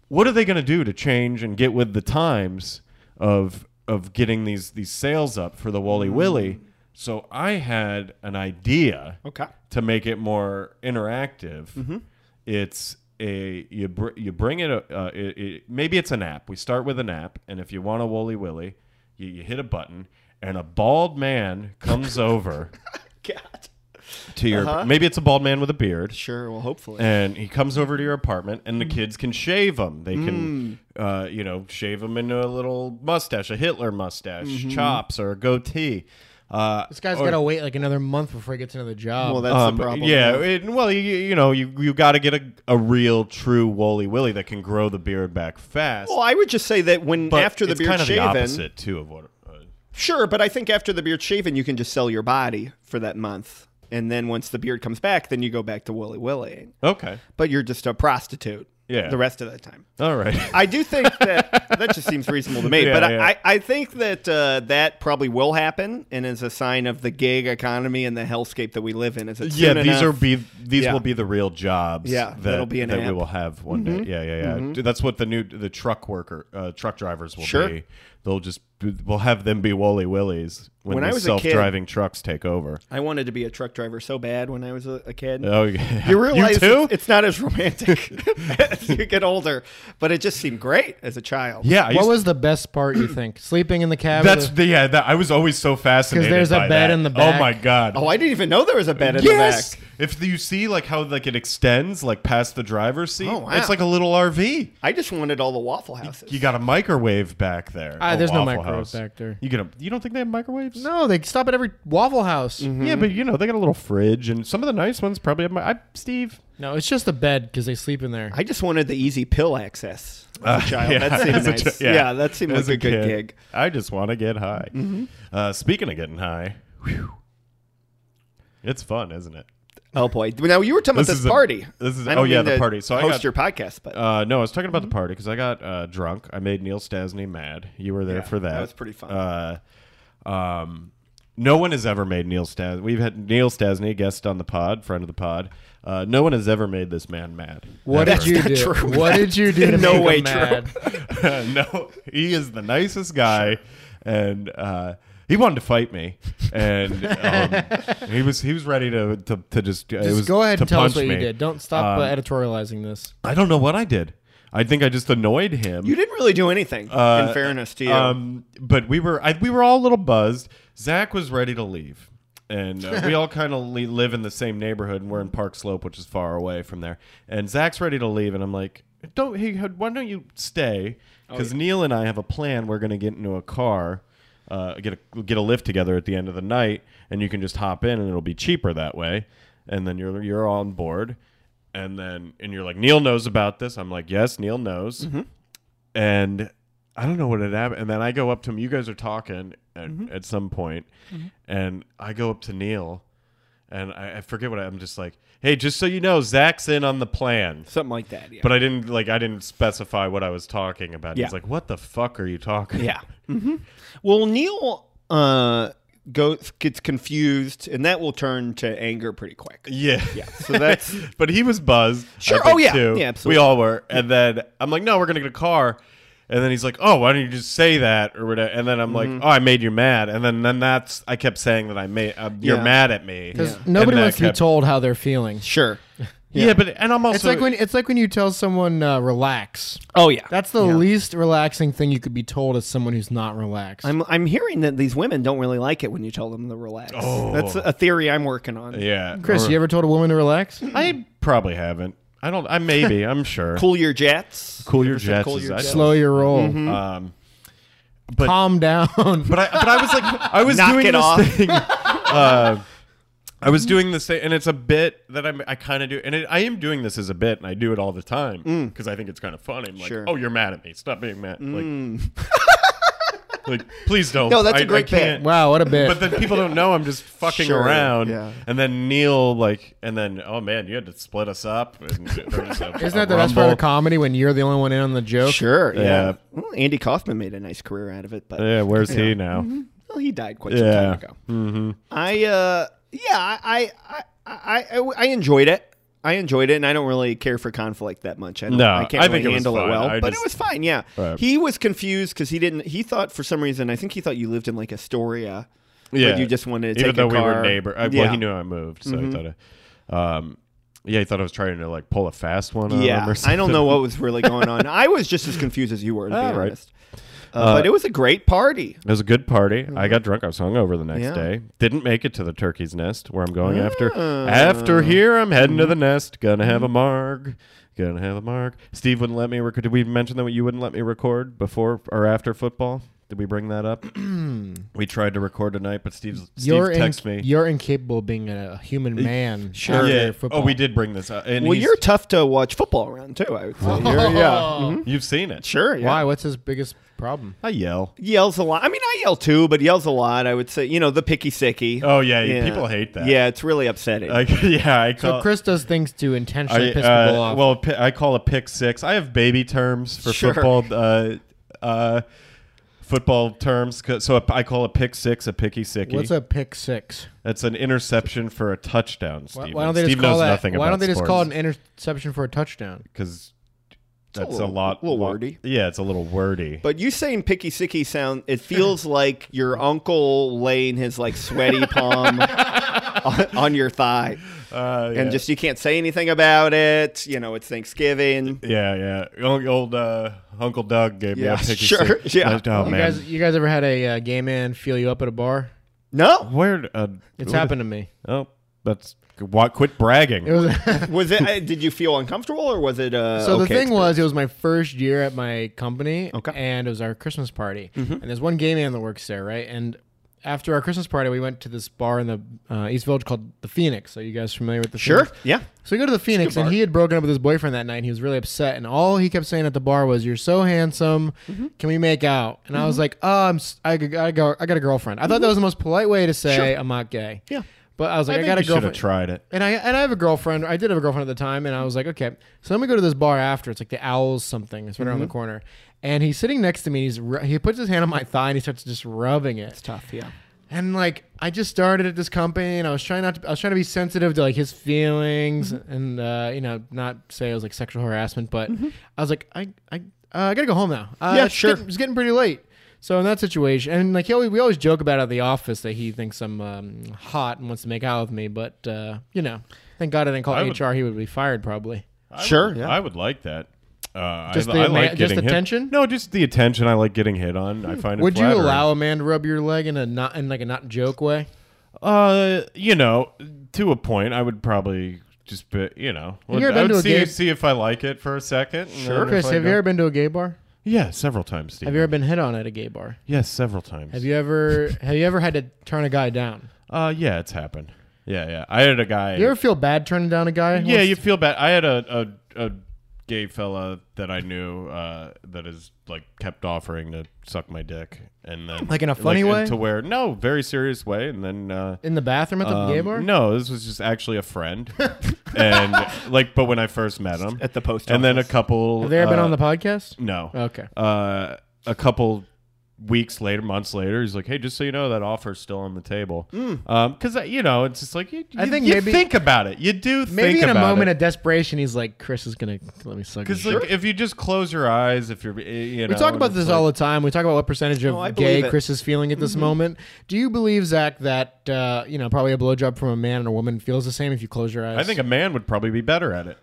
Speaker 1: what are they going to do to change and get with the times of of getting these these sales up for the Wally Willy? So I had an idea
Speaker 3: Okay.
Speaker 1: to make it more interactive. It's a you br- you bring it, a, uh, it, it maybe it's an app. We start with an app, and if you want a Wooly Willy, you, you hit a button, and a bald man comes over
Speaker 3: God.
Speaker 1: to your
Speaker 3: Uh-huh.
Speaker 1: maybe it's a bald man with a beard
Speaker 3: Sure. Well, hopefully.
Speaker 1: and he comes over to your apartment and the
Speaker 3: Mm.
Speaker 1: kids can shave him they can uh, you know shave him into a little mustache a hitler mustache
Speaker 3: Mm-hmm.
Speaker 1: chops or a goatee uh,
Speaker 2: This guy's
Speaker 1: or-
Speaker 2: got to wait like another month before he gets another job.
Speaker 3: well, that's
Speaker 1: um,
Speaker 3: the problem.
Speaker 1: yeah it- well you, you know you, you got to get a, a real true woolly willy that can grow the beard back fast
Speaker 3: Well, I would just say that when
Speaker 1: but
Speaker 3: after the
Speaker 1: it's
Speaker 3: beard
Speaker 1: kind of
Speaker 3: shaven,
Speaker 1: the opposite too of what uh,
Speaker 3: Sure, but I think after the beard shaven, you can just sell your body for that month, and then once the beard comes back, then you go back to Willy Willy.
Speaker 1: okay
Speaker 3: But you're just a prostitute.
Speaker 1: Yeah.
Speaker 3: The rest of that time.
Speaker 1: all right
Speaker 3: I do think that that just seems reasonable to me.
Speaker 1: Yeah,
Speaker 3: but I,
Speaker 1: yeah.
Speaker 3: I, I think that uh, that probably will happen, and is a sign of the gig economy and the hellscape that we live in. Is it
Speaker 1: yeah,
Speaker 3: soon
Speaker 1: these
Speaker 3: enough-
Speaker 1: are be these
Speaker 3: Yeah.
Speaker 1: will be the real jobs.
Speaker 3: Yeah,
Speaker 1: that,
Speaker 3: that'll be an Mm-hmm.
Speaker 1: that we
Speaker 3: app.
Speaker 1: will have one day. Yeah, yeah, yeah. Dude, That's what the new the truck worker uh, truck drivers will
Speaker 3: Sure.
Speaker 1: be. They'll just be- we'll have them be Wally Willies when,
Speaker 3: When
Speaker 1: the
Speaker 3: I was a kid-
Speaker 1: self driving trucks take over.
Speaker 3: I wanted to be a truck driver so bad when I was a, a kid.
Speaker 1: Oh, yeah.
Speaker 3: You realize
Speaker 1: you too?
Speaker 3: It's, it's not as romantic as you get older, but it just seemed great as a child.
Speaker 1: yeah, I
Speaker 2: what
Speaker 1: used-
Speaker 2: was the best part you think? Sleeping in the cab.
Speaker 1: that's
Speaker 2: with
Speaker 1: the yeah. That, I was always so fascinated.
Speaker 2: there's a
Speaker 1: by
Speaker 2: bed
Speaker 1: that.
Speaker 2: in the
Speaker 1: Oh
Speaker 2: back.
Speaker 1: my god.
Speaker 3: Oh, I didn't even know there was a bed in
Speaker 1: yes.
Speaker 3: the back.
Speaker 1: If you see like how like it extends like past the driver's seat,
Speaker 3: Oh, wow.
Speaker 1: it's like a little RV.
Speaker 3: I just wanted all the Waffle Houses.
Speaker 1: You got a microwave back there.
Speaker 2: Ah,
Speaker 1: A
Speaker 2: there's no
Speaker 1: Waffle
Speaker 2: microwave
Speaker 1: House.
Speaker 2: back there.
Speaker 1: You get a, You don't think they have microwaves?
Speaker 2: no, they stop at every Waffle House.
Speaker 1: Yeah, but you know they got a little fridge, and some of the nice ones probably have my. I, Steve,
Speaker 2: No, it's just a bed because they sleep in there.
Speaker 3: I just wanted the easy pill access as a
Speaker 1: Uh,
Speaker 3: child.
Speaker 1: yeah,
Speaker 3: that seemed
Speaker 1: as a
Speaker 3: nice.
Speaker 1: chi-
Speaker 3: yeah.
Speaker 1: yeah.
Speaker 3: that seemed
Speaker 1: as
Speaker 3: like a, good
Speaker 1: kid,
Speaker 3: gig. Mm-hmm.
Speaker 1: I just want to get high. Uh, speaking of getting high, whew, it's fun, isn't it?
Speaker 3: Oh boy! Now you were talking
Speaker 1: This
Speaker 3: about
Speaker 1: is
Speaker 3: this
Speaker 1: a-
Speaker 3: party.
Speaker 1: this is-
Speaker 3: I don't
Speaker 1: oh, yeah,
Speaker 3: mean
Speaker 1: the
Speaker 3: to
Speaker 1: party. So I
Speaker 3: host
Speaker 1: got-
Speaker 3: your podcast, but
Speaker 1: Uh, no, I was talking about
Speaker 3: Mm-hmm.
Speaker 1: the party because I got uh, drunk. I made Neil Stasny mad. You were there
Speaker 3: Yeah,
Speaker 1: for that.
Speaker 3: that was pretty fun.
Speaker 1: Uh, um, no one has ever made Neil Stasny. We've had Neil Stasny, guest on the pod, friend of the pod. Uh, no one has ever made this man mad.
Speaker 2: what
Speaker 1: Ever.
Speaker 2: did you
Speaker 3: not
Speaker 2: do?
Speaker 3: true.
Speaker 2: What did you do?
Speaker 3: In
Speaker 2: To
Speaker 3: no
Speaker 2: make
Speaker 3: way
Speaker 2: him
Speaker 3: true.
Speaker 2: mad?
Speaker 1: no, he is the nicest guy, and uh, he wanted to fight me, and um, he was he was ready to to, to just, it
Speaker 2: Just
Speaker 1: was
Speaker 2: go ahead
Speaker 1: to
Speaker 2: and tell us
Speaker 1: punch
Speaker 2: what
Speaker 1: me. Um,
Speaker 2: you did. Don't stop uh, editorializing this.
Speaker 1: I don't know what I did. I think I just annoyed him.
Speaker 3: you didn't really do anything.
Speaker 1: Uh,
Speaker 3: in fairness to you,
Speaker 1: Um, but we were I, we were all a little buzzed. Zach was ready to leave, and uh, we all kind of li- live in the same neighborhood, and we're in Park Slope, which is far away from there. And Zach's ready to leave, and I'm like, "Don't hey, why don't you stay? Because Neil and I have a plan. We're gonna get into a car." Uh, get a get a lift together at the end of the night, and you can just hop in, and it'll be cheaper that way. And then you're you're on board, and then and you're like Neil knows about this. I'm like yes, Neil knows and I don't know what had happened. And then I go up to him. You guys are talking at,
Speaker 3: Mm-hmm.
Speaker 1: at some point, and I go up to Neil, and I, I forget what I, I'm just like. Hey, just so you know, Zach's in on the plan.
Speaker 3: something like that. Yeah.
Speaker 1: But I didn't like I didn't specify what I was talking about.
Speaker 3: Yeah.
Speaker 1: He's like, "What the fuck are you talking?"
Speaker 3: Yeah. hmm Well, Neil uh, goes gets confused, and that will turn to anger pretty quick.
Speaker 1: yeah, yeah.
Speaker 3: So that's
Speaker 1: but he was buzzed. I
Speaker 3: Sure.
Speaker 1: think,
Speaker 3: Oh, yeah.
Speaker 1: too.
Speaker 3: Yeah, absolutely.
Speaker 1: We all were. And then I'm like, no, we're gonna get a car. And then he's like, oh, why don't you just say that or whatever? And then I'm like,
Speaker 3: Mm-hmm.
Speaker 1: oh, I made you mad. And then then that's I kept saying that I made uh, you're
Speaker 3: Yeah.
Speaker 1: mad at me
Speaker 2: Because
Speaker 1: And
Speaker 2: nobody
Speaker 1: that
Speaker 2: wants to be
Speaker 1: kept-
Speaker 2: told how they're feeling.
Speaker 3: sure.
Speaker 1: Yeah. but and I'm also
Speaker 2: It's like when it's like when you tell someone uh, relax.
Speaker 3: Oh yeah.
Speaker 2: That's the least relaxing thing you could be told as someone who's not relaxed.
Speaker 3: I'm I'm hearing that these women don't really like it when you tell them to relax.
Speaker 1: Oh.
Speaker 3: That's a theory I'm working on.
Speaker 1: yeah,
Speaker 2: Chris,
Speaker 1: Or-
Speaker 2: you ever told a woman to relax?
Speaker 1: I probably haven't. I don't. I maybe. I'm sure.
Speaker 3: Cool your jets.
Speaker 1: Cool your
Speaker 3: Ever said
Speaker 1: jets
Speaker 3: Cool
Speaker 1: is-
Speaker 3: your
Speaker 1: I
Speaker 3: jets.
Speaker 2: Slow your roll.
Speaker 1: Um, but
Speaker 2: Calm down.
Speaker 1: but I but I was like I was
Speaker 3: Knock
Speaker 1: doing
Speaker 3: it
Speaker 1: this
Speaker 3: off.
Speaker 1: thing. Uh, I was doing this thing, and it's a bit that I'm, I kind of do, and it, I am doing this as a bit, and I do it all the time because I think it's kind of funny. I'm like,
Speaker 3: Mm. Sure. Mm.
Speaker 1: oh, you're mad at me. Stop being mad. Like, like, please don't.
Speaker 3: No, that's a
Speaker 1: I- I
Speaker 3: great bit.
Speaker 1: can't.
Speaker 2: wow, what a bit.
Speaker 1: But then people don't know I'm just fucking
Speaker 3: Sure,
Speaker 1: around.
Speaker 3: yeah.
Speaker 1: And then Neil, like, and then, oh man, you had to split us up. And there was a-
Speaker 2: Isn't
Speaker 1: a
Speaker 2: that the best part
Speaker 1: rumble.
Speaker 2: of comedy when you're the only one in on the joke?
Speaker 3: Sure. Yeah.
Speaker 1: Yeah.
Speaker 3: Well, Andy Kaufman made a nice career out of it, but
Speaker 1: Yeah, where's he now?
Speaker 3: well, he died quite some
Speaker 1: Yeah. Mm-hmm.
Speaker 3: time ago. I uh yeah, I I, I I I enjoyed it. I enjoyed it, and I don't really care for conflict that much. I don't,
Speaker 1: No,
Speaker 3: I can't
Speaker 1: I
Speaker 3: really
Speaker 1: think it was
Speaker 3: handle it
Speaker 1: fine.
Speaker 3: well,
Speaker 1: I
Speaker 3: but it
Speaker 1: just-
Speaker 3: was fine. Yeah,
Speaker 1: Right.
Speaker 3: he was confused because he didn't. He thought for some reason, I think he thought you lived in like Astoria.
Speaker 1: Yeah.
Speaker 3: but you just wanted to
Speaker 1: Even
Speaker 3: take
Speaker 1: though
Speaker 3: a car.
Speaker 1: we were neighbor. I,
Speaker 3: yeah. Mm-hmm.
Speaker 1: Well, he knew I moved, so he thought I, um, yeah, he thought I was trying to like pull a fast one. on him or
Speaker 3: Yeah, I don't
Speaker 1: something.
Speaker 3: know what was really going on. I was just as confused as you were, to be
Speaker 1: Ah, right.
Speaker 3: honest. Uh, but it was a great party.
Speaker 1: It was a good party. I got drunk. I was hungover the next
Speaker 3: Mm-hmm. Yeah.
Speaker 1: day. Didn't make it to the turkey's nest where I'm going after.
Speaker 3: Ah.
Speaker 1: After here, I'm heading to the
Speaker 3: Mm-hmm.
Speaker 1: nest. Gonna have a marg. Gonna have a marg. Steve wouldn't let me record. Did we mention that you wouldn't let me record before or after football? Did we bring that up? we tried to record tonight, but Steve's, Steve
Speaker 2: you're in-
Speaker 1: texted me.
Speaker 2: You're incapable of being a human man.
Speaker 3: sure.
Speaker 2: after
Speaker 1: Yeah.
Speaker 2: Football.
Speaker 1: Oh, we did bring this up. And
Speaker 3: Well,
Speaker 1: he's-
Speaker 3: you're tough to watch football around too. I would say. You're- yeah, Mhm.
Speaker 1: you've seen it.
Speaker 3: sure. Yeah.
Speaker 2: Mm-hmm. Why? What's his biggest problem?
Speaker 1: I yell.
Speaker 3: Yells a lot. I mean, I yell too, but yells a lot. I would say, you know, the picky sicky.
Speaker 1: Oh yeah, people hate that.
Speaker 3: Yeah, it's really upsetting.
Speaker 1: Like, yeah, I
Speaker 2: So
Speaker 1: call.
Speaker 2: Chris does things to intentionally
Speaker 1: I,
Speaker 2: piss
Speaker 1: uh,
Speaker 2: people off.
Speaker 1: Well, pi- I call a pick six. I have baby terms for
Speaker 3: Sure.
Speaker 1: football. Uh, uh, football terms. 'cause- So a- I call a pick six a picky sicky.
Speaker 2: What's a pick six?
Speaker 1: That's an interception for a touchdown.
Speaker 2: Why,
Speaker 1: Steve.
Speaker 2: why don't they just
Speaker 1: Steve
Speaker 2: call
Speaker 1: knows
Speaker 2: that?
Speaker 1: nothing
Speaker 2: why
Speaker 1: about
Speaker 2: don't they just call it an
Speaker 1: sports.
Speaker 2: interception for a touchdown?
Speaker 1: Because
Speaker 3: a
Speaker 1: that's a,
Speaker 3: little-
Speaker 1: lot.
Speaker 3: little
Speaker 1: lot-
Speaker 3: wordy.
Speaker 1: Yeah, it's a little wordy.
Speaker 3: But you saying picky sicky sound, it feels like your uncle laying his like sweaty palm on, on your thigh,
Speaker 1: uh, yeah.
Speaker 3: and just you can't say anything about it. You know, it's Thanksgiving.
Speaker 1: yeah, yeah. Old, old, uh, Uncle Doug gave
Speaker 3: Yeah,
Speaker 1: me a picky
Speaker 3: sure,
Speaker 1: sick.
Speaker 3: yeah.
Speaker 1: Like, oh
Speaker 2: You
Speaker 1: man,
Speaker 2: guys, you guys ever had a uh, gay man feel you up at a bar?
Speaker 3: No,
Speaker 1: where? Uh,
Speaker 2: It's
Speaker 1: who-
Speaker 2: happened to me.
Speaker 1: Oh, that's what. Quit bragging.
Speaker 2: It was
Speaker 3: was it? uh, Did you feel uncomfortable, or was it? Uh,
Speaker 2: so the
Speaker 3: okay?
Speaker 2: thing was, it was my first year at my company,
Speaker 3: Okay.
Speaker 2: and it was our Christmas party.
Speaker 1: Mm-hmm.
Speaker 2: And there's one gay man that works there, right? And after our Christmas party, we went to this bar in the uh, East Village called the Phoenix. Are you guys familiar with the
Speaker 3: sure.
Speaker 2: Phoenix?
Speaker 3: Yeah.
Speaker 2: So we go to the Phoenix, and
Speaker 3: bar.
Speaker 2: he had broken up with his boyfriend that night. And he was really upset, and all he kept saying at the bar was, "You're so handsome. Can we make out?" And I was like, "Oh, I'm s- I, g- I go, I got a girlfriend." I thought that was the most polite way to say I'm not gay.
Speaker 3: Yeah.
Speaker 2: But I was like, I,
Speaker 1: think
Speaker 2: got
Speaker 1: you
Speaker 2: a
Speaker 1: should have
Speaker 2: girlfriend.
Speaker 1: tried it.
Speaker 2: And I and I have a girlfriend. I did have a girlfriend at the time, and I was like, okay. So then we go to this bar after. It's like the Owls something. It's right around the corner. And he's sitting next to me. He's ru- he puts his hand on my thigh and he starts just rubbing it.
Speaker 3: Tough. Yeah.
Speaker 2: And like I just started at this company, and I was trying not to. I was trying to be sensitive to like his feelings,
Speaker 3: Mm-hmm.
Speaker 2: and uh, you know, not say it was like sexual harassment, but I was like, I I uh, I gotta go home now. Uh,
Speaker 3: Yeah,
Speaker 2: it's
Speaker 3: sure.
Speaker 2: getting- it's getting pretty late. So in that situation, and like he always, we always joke about it at the office that he thinks I'm um, hot and wants to make out with me, but uh, you know, thank God I didn't call
Speaker 1: I would-
Speaker 2: HR. he would be fired probably.
Speaker 1: I
Speaker 3: Sure,
Speaker 1: would-
Speaker 3: yeah.
Speaker 1: I would like that. Uh,
Speaker 2: Just
Speaker 1: I,
Speaker 2: the
Speaker 1: I
Speaker 2: ma-
Speaker 1: like
Speaker 2: just
Speaker 1: getting
Speaker 2: the
Speaker 1: hit.
Speaker 2: tension?
Speaker 1: No, just the attention. I like getting hit on. I find it.
Speaker 2: Would you
Speaker 1: flattering.
Speaker 2: allow a man to rub your leg in a not in like a not joke way?
Speaker 1: Uh, you know, to a point, I would probably just, be, you know, would,
Speaker 2: you ever
Speaker 1: I
Speaker 2: been to
Speaker 1: would
Speaker 2: a
Speaker 1: see
Speaker 2: gay-
Speaker 1: see if I like it for a second. and then if
Speaker 2: Chris,
Speaker 1: I
Speaker 2: have you
Speaker 1: don't-
Speaker 2: ever been to a gay bar?
Speaker 1: Yeah, several times, Steve.
Speaker 2: Have you ever been hit on at a gay bar?
Speaker 1: Yes, several times.
Speaker 2: Have you ever have you ever had to turn a guy down?
Speaker 1: Uh, yeah, it's happened. Yeah, yeah. I had a guy.
Speaker 2: You ever feel bad turning down a guy?
Speaker 1: yeah,
Speaker 2: What's-
Speaker 1: you feel bad. I had a, a a gay fella that I knew uh, that is like kept offering to suck my dick, and then
Speaker 2: Like in a funny way?
Speaker 1: to where no, very serious way, and then. Uh,
Speaker 2: in the bathroom at the
Speaker 1: um,
Speaker 2: gay bar.
Speaker 1: No, this was just actually a friend, and like, but when I first met him
Speaker 3: At the post.
Speaker 1: and then a
Speaker 3: office.
Speaker 1: couple.
Speaker 2: have they ever been
Speaker 1: uh,
Speaker 2: on the podcast?
Speaker 1: No.
Speaker 2: Okay.
Speaker 1: Uh, a couple weeks later, months later, he's like, "Hey, just so you know, that offer's still on the table." Because you know, it's just like you,
Speaker 2: Hmm. I
Speaker 1: I
Speaker 2: think
Speaker 1: think you
Speaker 2: maybe-
Speaker 1: think about it. You do
Speaker 2: Maybe
Speaker 1: think
Speaker 2: in a
Speaker 1: about
Speaker 2: moment
Speaker 1: it.
Speaker 2: of desperation, he's like, "Chris is gonna let me suck." His
Speaker 1: Because
Speaker 2: dick."
Speaker 1: like, if you just close your eyes, if you're, uh, you know,
Speaker 2: we talk
Speaker 1: and
Speaker 2: about
Speaker 1: it's
Speaker 2: this
Speaker 1: like-
Speaker 2: all the time. We talk about what percentage of
Speaker 3: No, I
Speaker 2: gay
Speaker 3: believe it.
Speaker 2: Chris is feeling at this
Speaker 1: Mm-hmm.
Speaker 2: moment. Do you believe Zach that uh, you know probably a blowjob from a man and a woman feels the same if you close your eyes?
Speaker 1: I think a man would probably be better at it.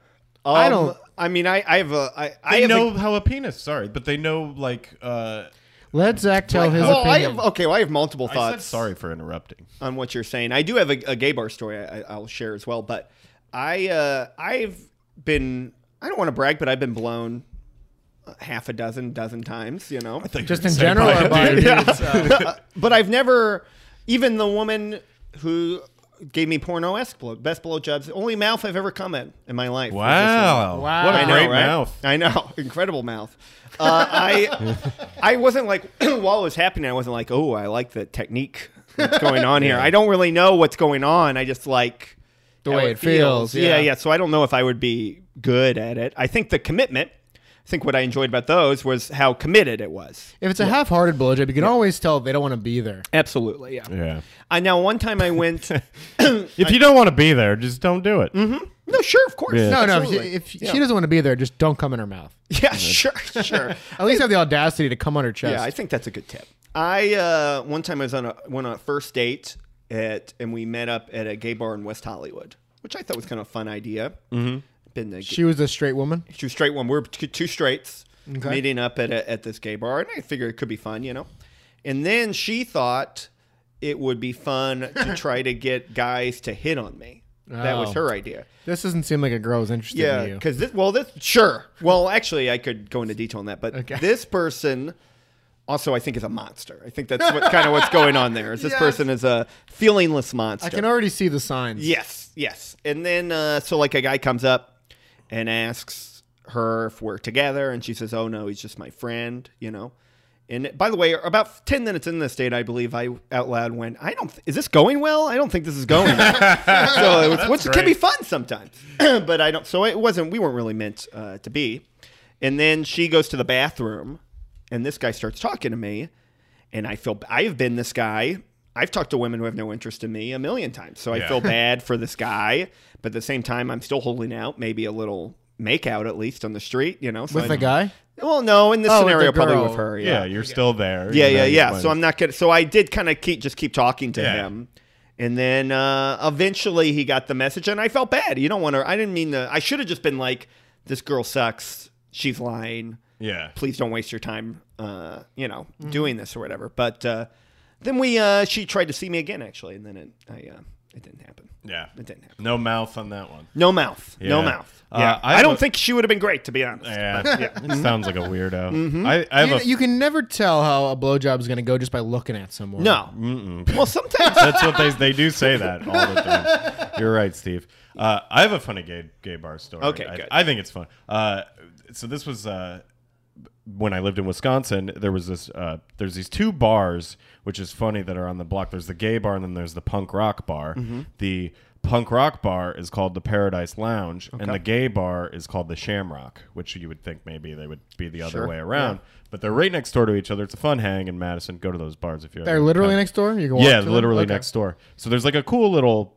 Speaker 2: I
Speaker 3: Um,
Speaker 2: don't-
Speaker 3: I mean, I, I have a. I, I
Speaker 1: They
Speaker 3: have a-
Speaker 1: know how a penis. Sorry, but they know like. Uh,
Speaker 2: let Zach tell his
Speaker 1: oh,
Speaker 3: well, I
Speaker 2: opinion.
Speaker 3: have, okay, well, I have multiple
Speaker 1: I said
Speaker 3: thoughts.
Speaker 1: sorry for interrupting.
Speaker 3: on what you're saying. I do have a, a gay bar story I, I'll share as well, but I uh, I've been I don't want to brag, but I've been blown uh, half a dozen dozen times, you know.
Speaker 2: Just in general, or by dudes?
Speaker 3: but I've never even the woman who gave me porno esque blow, best blowjobs. the Only mouth I've ever come in in my life. was this
Speaker 1: Wow!
Speaker 3: woman.
Speaker 2: Wow.
Speaker 1: What
Speaker 2: I
Speaker 1: a
Speaker 2: know,
Speaker 1: great
Speaker 3: right?
Speaker 1: mouth.
Speaker 3: I know, incredible mouth. Uh, I I wasn't like while it was happening, I wasn't like, oh, I like the technique that's going on here. I don't really know what's going on. I just like
Speaker 2: The
Speaker 3: how
Speaker 2: way it feels,
Speaker 3: Yeah.
Speaker 2: yeah.
Speaker 3: yeah, So I don't know if I would be good at it. I think the commitment. I think what I enjoyed about those was how committed it was.
Speaker 2: if it's a half-hearted blowjob, you can always tell they don't want to be there.
Speaker 3: Absolutely, yeah.
Speaker 1: Yeah.
Speaker 3: I now one time I went.
Speaker 1: If you don't want to be there, just don't do it.
Speaker 3: no, sure, of course.
Speaker 1: Yeah.
Speaker 2: No, no. If, she,
Speaker 3: absolutely.
Speaker 2: if
Speaker 3: yeah.
Speaker 2: she doesn't want to be there, just don't come in her mouth.
Speaker 3: yeah, sure, sure.
Speaker 2: At least have the audacity to come on her
Speaker 3: Yeah, I
Speaker 2: chest.
Speaker 3: think that's a good tip. I uh, one time I was on a went on a first date at and we met up at a gay bar in West Hollywood, which I thought was kind of a fun idea. Mm-hmm. Been to,
Speaker 2: she was a straight woman.
Speaker 3: she was straight one. We were two two straights.
Speaker 2: Okay.
Speaker 3: meeting up at a, at this gay bar, and I figured it could be fun, you know. And then she thought it would be fun to try to get guys to hit on me. That was
Speaker 2: Oh.
Speaker 3: her idea.
Speaker 2: This doesn't seem like a girl who's interested
Speaker 3: Yeah,
Speaker 2: in you.
Speaker 3: because this. Well, this sure. Well, actually, I could go into detail on that, but
Speaker 2: Okay.
Speaker 3: this person also, I think, is a monster. I think that's what kind of what's going on there. Is this
Speaker 2: Yes.
Speaker 3: person is a feelingless monster?
Speaker 2: I can already see the signs.
Speaker 3: yes, yes. And then, uh, so like a guy comes up and asks her if we're together, and she says, "Oh no, he's just my friend," you know. And by the way, about ten minutes in this date, I believe I out loud went, "I don't. Th- is this going well? I don't think this is going." well. so it was, which can be fun sometimes, but I don't. So it wasn't. We weren't really meant uh, to be. And then she goes to the bathroom, and this guy starts talking to me, and I feel I have been this guy. I've talked to women who have no interest in me a million times, so I
Speaker 1: Yeah.
Speaker 3: feel bad for this guy. But at the same time, I'm still holding out, maybe a little make out at least on the street, you know. So
Speaker 2: With
Speaker 3: I'm-
Speaker 2: the guy?
Speaker 3: Well, no, in this
Speaker 2: Oh, with the
Speaker 3: scenario, probably
Speaker 2: girl.
Speaker 3: with her.
Speaker 1: Yeah, you're still there.
Speaker 3: Yeah,
Speaker 1: you
Speaker 3: yeah,
Speaker 1: know, you
Speaker 3: yeah.
Speaker 1: might
Speaker 3: So
Speaker 1: as-
Speaker 3: I'm not gonna. So I did kind of keep just keep talking to
Speaker 1: Yeah.
Speaker 3: him, and then uh, eventually he got the message, and I felt bad. You don't want to. I didn't mean to. I should have just been like, "This girl sucks. She's lying.
Speaker 1: Yeah.
Speaker 3: Please don't waste your time. Uh, you know,
Speaker 2: Mm-hmm.
Speaker 3: doing this or whatever." But uh, then we. Uh, she tried to see me again, actually, and then it. I. Uh, it didn't happen.
Speaker 1: Yeah.
Speaker 3: It didn't happen.
Speaker 1: No mouth on that one.
Speaker 3: No mouth. No
Speaker 1: Yeah.
Speaker 3: mouth.
Speaker 1: Uh,
Speaker 3: yeah.
Speaker 1: I
Speaker 3: I, don't
Speaker 1: have a-
Speaker 3: think she would have been great, to be honest.
Speaker 1: Yeah. It sounds like a weirdo. I, I have
Speaker 2: You,
Speaker 1: a.
Speaker 2: you can never tell how a blowjob is going to go just by looking at someone.
Speaker 3: No. Well, sometimes.
Speaker 1: That's what they they do say that all the time. You're right, Steve. Uh, I have a funny gay gay bar story.
Speaker 3: Okay,
Speaker 1: I,
Speaker 3: good.
Speaker 1: I think it's fun. Uh, so this was uh, when I lived in Wisconsin. There was this. Uh, there's these two bars, which is funny that are on the block. There's the gay bar and then there's the punk rock bar.
Speaker 3: Mm-hmm.
Speaker 1: The punk rock bar is called the Paradise Lounge, and the gay bar is called the Shamrock, which you would think maybe they would be the other
Speaker 3: Sure,
Speaker 1: way around. But they're right next door to each other. It's a fun hang in Madison. Go to those bars if you're
Speaker 2: They're
Speaker 1: ever in
Speaker 2: literally
Speaker 1: town.
Speaker 2: next door? You can walk
Speaker 1: Yeah,
Speaker 2: to them?
Speaker 1: literally
Speaker 2: Okay.
Speaker 1: next door. So there's like a cool little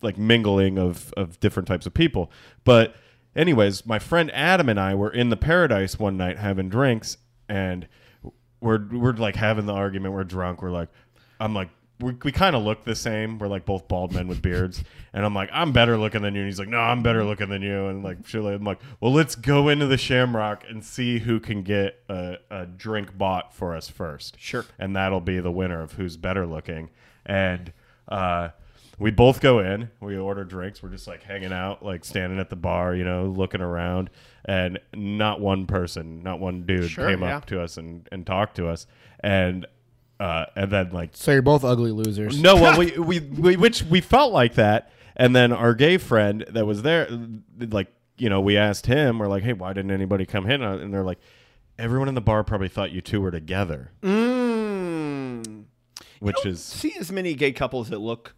Speaker 1: like mingling of of different types of people. But anyways, my friend Adam and I were in the paradise one night having drinks and we're we're like having the argument, we're drunk, we're like I'm like we, we kind of look the same. We're like both bald men with beards, and I'm like, I'm better looking than you. And he's like, No, I'm better looking than you. And like, surely I'm like, Well, let's go into the Shamrock and see who can get a, a drink bought for us first
Speaker 3: Sure.
Speaker 1: and that'll be the winner of who's better looking. And uh, we both go in, we order drinks, we're just like hanging out, like standing at the bar, you know, looking around, and not one person, not one dude
Speaker 3: Sure,
Speaker 1: came
Speaker 3: yeah.
Speaker 1: up to us and, and talked to us, and uh, and then like
Speaker 2: So you're both ugly losers.
Speaker 1: no, well, we, we, we which we felt like that, and then our gay friend that was there, like you know, we asked him, we're like, hey, why didn't anybody come in? And they're like, everyone in the bar probably thought you two were together,
Speaker 3: Mm.
Speaker 1: which is
Speaker 3: see as many gay couples that look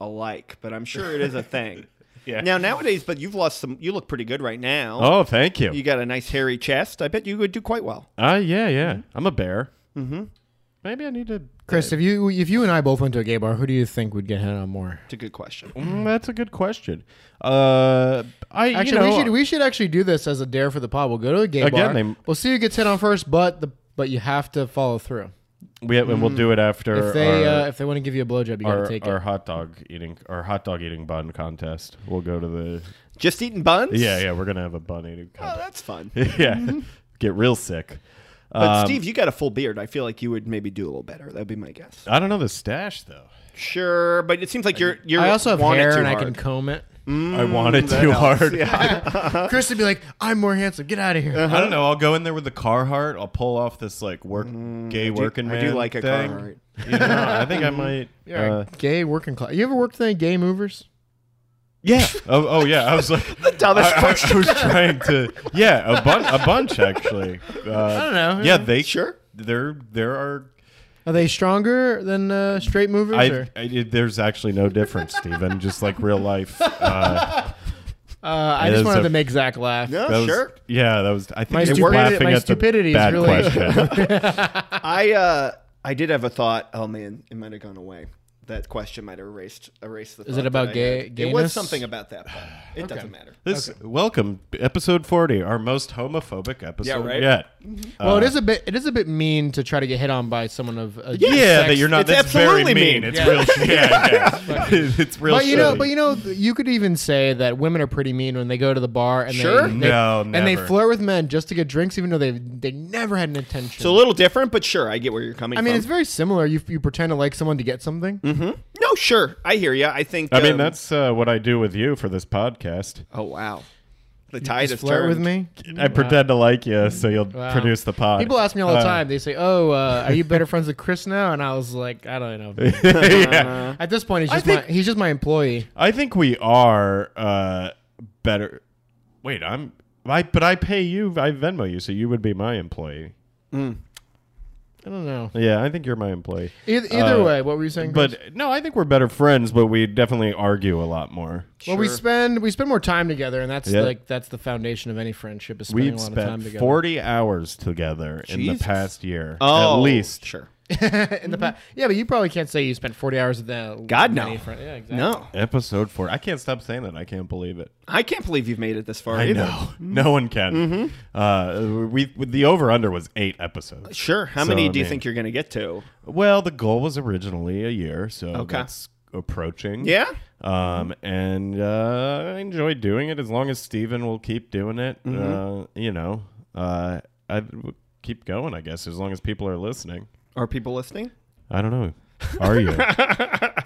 Speaker 3: alike, but I'm sure it is a thing.
Speaker 1: Yeah.
Speaker 3: Now nowadays, but you've lost some. You look pretty good right now.
Speaker 1: Oh, thank you.
Speaker 3: You got a nice hairy chest. I bet you would do quite well.
Speaker 1: Ah, yeah, yeah. I'm a bear. Mm-hmm. Maybe I need to.
Speaker 2: Chris, if you if you and I both went to a gay bar, who do you think would get hit on more?
Speaker 3: It's a good question.
Speaker 1: Mm, that's a good question. Uh, I you
Speaker 2: Actually,
Speaker 1: know,
Speaker 2: we should we should actually do this as a dare for the pod. We'll go to a gay
Speaker 1: Again,
Speaker 2: bar.
Speaker 1: they-
Speaker 2: we'll see who gets hit on first, but the but you have to follow through.
Speaker 1: we and we'll do it after
Speaker 2: If they
Speaker 1: our,
Speaker 2: uh, if they want to give you a blowjob, you gotta
Speaker 1: our,
Speaker 2: take
Speaker 1: our
Speaker 2: it.
Speaker 1: hot dog eating our hot dog eating bun contest. We'll go to the
Speaker 3: Just eating buns.
Speaker 1: yeah yeah. We're gonna have a bun eating
Speaker 3: Oh,
Speaker 1: contest.
Speaker 3: that's fun.
Speaker 1: yeah, get real sick.
Speaker 3: But
Speaker 1: Um,
Speaker 3: Steve, you got a full beard. I feel like you would maybe do a little better. That'd be my guess.
Speaker 1: I don't know the stash though.
Speaker 3: Sure, but it seems like you're you're.
Speaker 2: I also have
Speaker 3: want it
Speaker 2: hair
Speaker 3: too
Speaker 2: and I
Speaker 3: hard.
Speaker 2: can comb it.
Speaker 1: I want it too hard.
Speaker 2: Chris would be like, "I'm more handsome. Get out of here."
Speaker 1: I don't know. I'll go in there with the Carhartt. I'll pull off this like work gay working
Speaker 3: I
Speaker 1: man.
Speaker 3: do like a
Speaker 1: thing.
Speaker 3: Carhartt.
Speaker 1: You know, I think I might.
Speaker 2: You're
Speaker 1: uh,
Speaker 2: a gay working class. You ever worked with any gay movers?
Speaker 1: Yeah. Oh, oh yeah. I was like the
Speaker 3: dumbest
Speaker 1: I, I- I was trying to. Yeah, a bunch, a bunch actually. Uh, I
Speaker 2: don't know.
Speaker 1: Yeah, they
Speaker 3: Sure.
Speaker 1: There, there are.
Speaker 2: Are they stronger than uh, straight movers?
Speaker 1: I,
Speaker 2: or?
Speaker 1: I, it- there's actually no difference, Stephen. Just like real life. Uh,
Speaker 2: Uh, I
Speaker 1: It
Speaker 2: just
Speaker 1: is
Speaker 2: wanted
Speaker 1: a- Uh,
Speaker 2: to make Zach laugh.
Speaker 3: No,
Speaker 1: that was-
Speaker 3: sure.
Speaker 1: Yeah, that was. I think
Speaker 2: My
Speaker 1: you're
Speaker 2: stupidity-
Speaker 1: laughing
Speaker 2: my
Speaker 1: at the
Speaker 2: stupidity is
Speaker 1: bad
Speaker 2: really-
Speaker 1: question.
Speaker 3: I uh I did have a thought. Oh man, it might have gone away. that question might have erased erased the.
Speaker 2: Is
Speaker 3: thought
Speaker 2: it about
Speaker 3: that I
Speaker 2: gay-
Speaker 3: had. It was
Speaker 2: gayness?
Speaker 3: something about that. But it doesn't matter.
Speaker 1: This welcome episode forty, our most homophobic episode
Speaker 3: Yeah, right?
Speaker 1: yet.
Speaker 2: Well, it is a bit. It is a bit mean to try to get hit on by someone of. Uh,
Speaker 1: Yeah, that you're not.
Speaker 3: it's
Speaker 1: that's very mean.
Speaker 3: absolutely mean.
Speaker 1: It's
Speaker 3: Yeah.
Speaker 1: real. sh- Yeah, yeah. it's real.
Speaker 2: But you know,
Speaker 1: shitty.
Speaker 2: but you know, th- you could even say that women are pretty mean when they go to the bar and
Speaker 3: Sure.
Speaker 2: they, they
Speaker 1: No,
Speaker 2: and they
Speaker 1: never.
Speaker 2: flirt with men just to get drinks, even though they they never had an intention.
Speaker 3: It's a little different, but sure, I get where you're coming.
Speaker 2: I mean,
Speaker 3: from.
Speaker 2: it's very similar. You you pretend to like someone to get something.
Speaker 3: Mm-hmm. no, sure, I hear you. I think.
Speaker 1: I mean,
Speaker 3: um,
Speaker 1: that's uh, what I do with you for this podcast.
Speaker 3: Oh wow, the tide
Speaker 2: Just
Speaker 3: has
Speaker 2: flirt
Speaker 3: turned.
Speaker 2: with me.
Speaker 1: I pretend to like you, so you'll
Speaker 2: Wow.
Speaker 1: produce the pod.
Speaker 2: People ask me all the
Speaker 1: Uh,
Speaker 2: time. They say, "Oh, uh, are you better friends with Chris now?" And I was like, "I don't know."
Speaker 1: yeah,
Speaker 2: At this point, he's just
Speaker 1: Uh-huh. think-
Speaker 2: my, he's just my employee.
Speaker 1: I think we are uh, better. Wait, I'm. I but I pay you. I Venmo you, so you would be my employee.
Speaker 2: I don't know.
Speaker 1: Yeah, I think you're my employee.
Speaker 2: Either, either
Speaker 1: Uh,
Speaker 2: way, what were you saying? Chris?
Speaker 1: But no, I think we're better friends, but we definitely argue a lot more.
Speaker 2: well, we
Speaker 3: Sure.
Speaker 2: spend we spend more time together, and that's
Speaker 1: Yeah.
Speaker 2: like that's the foundation of any friendship is spending
Speaker 1: We've
Speaker 2: a lot of time
Speaker 1: spent
Speaker 2: together.
Speaker 1: 40 hours together in the
Speaker 3: Jesus.
Speaker 1: past year.
Speaker 3: Oh,
Speaker 1: at least.
Speaker 3: sure.
Speaker 2: in the past. Yeah, but you probably can't say you spent 40 hours with that.
Speaker 3: God, no.
Speaker 2: many friend- Yeah, exactly.
Speaker 3: No,
Speaker 1: Episode 4. I can't stop saying that. I can't believe it.
Speaker 3: I can't believe you've made it this far.
Speaker 1: I
Speaker 3: either.
Speaker 1: know. No one can. Uh, we, we The over under was eight episodes.
Speaker 3: Sure. How
Speaker 1: So,
Speaker 3: many
Speaker 1: I
Speaker 3: do you
Speaker 1: mean-
Speaker 3: think you're going to get to?
Speaker 1: Well, the goal was originally a year, so
Speaker 3: Okay.
Speaker 1: that's approaching.
Speaker 3: Yeah.
Speaker 1: Um, and uh, I enjoy doing it as long as Steven will keep doing it.
Speaker 3: Mm-hmm.
Speaker 1: Uh, you know, uh, I w- keep going, I guess, as long as people are listening.
Speaker 3: Are people listening?
Speaker 1: I don't know. Are you?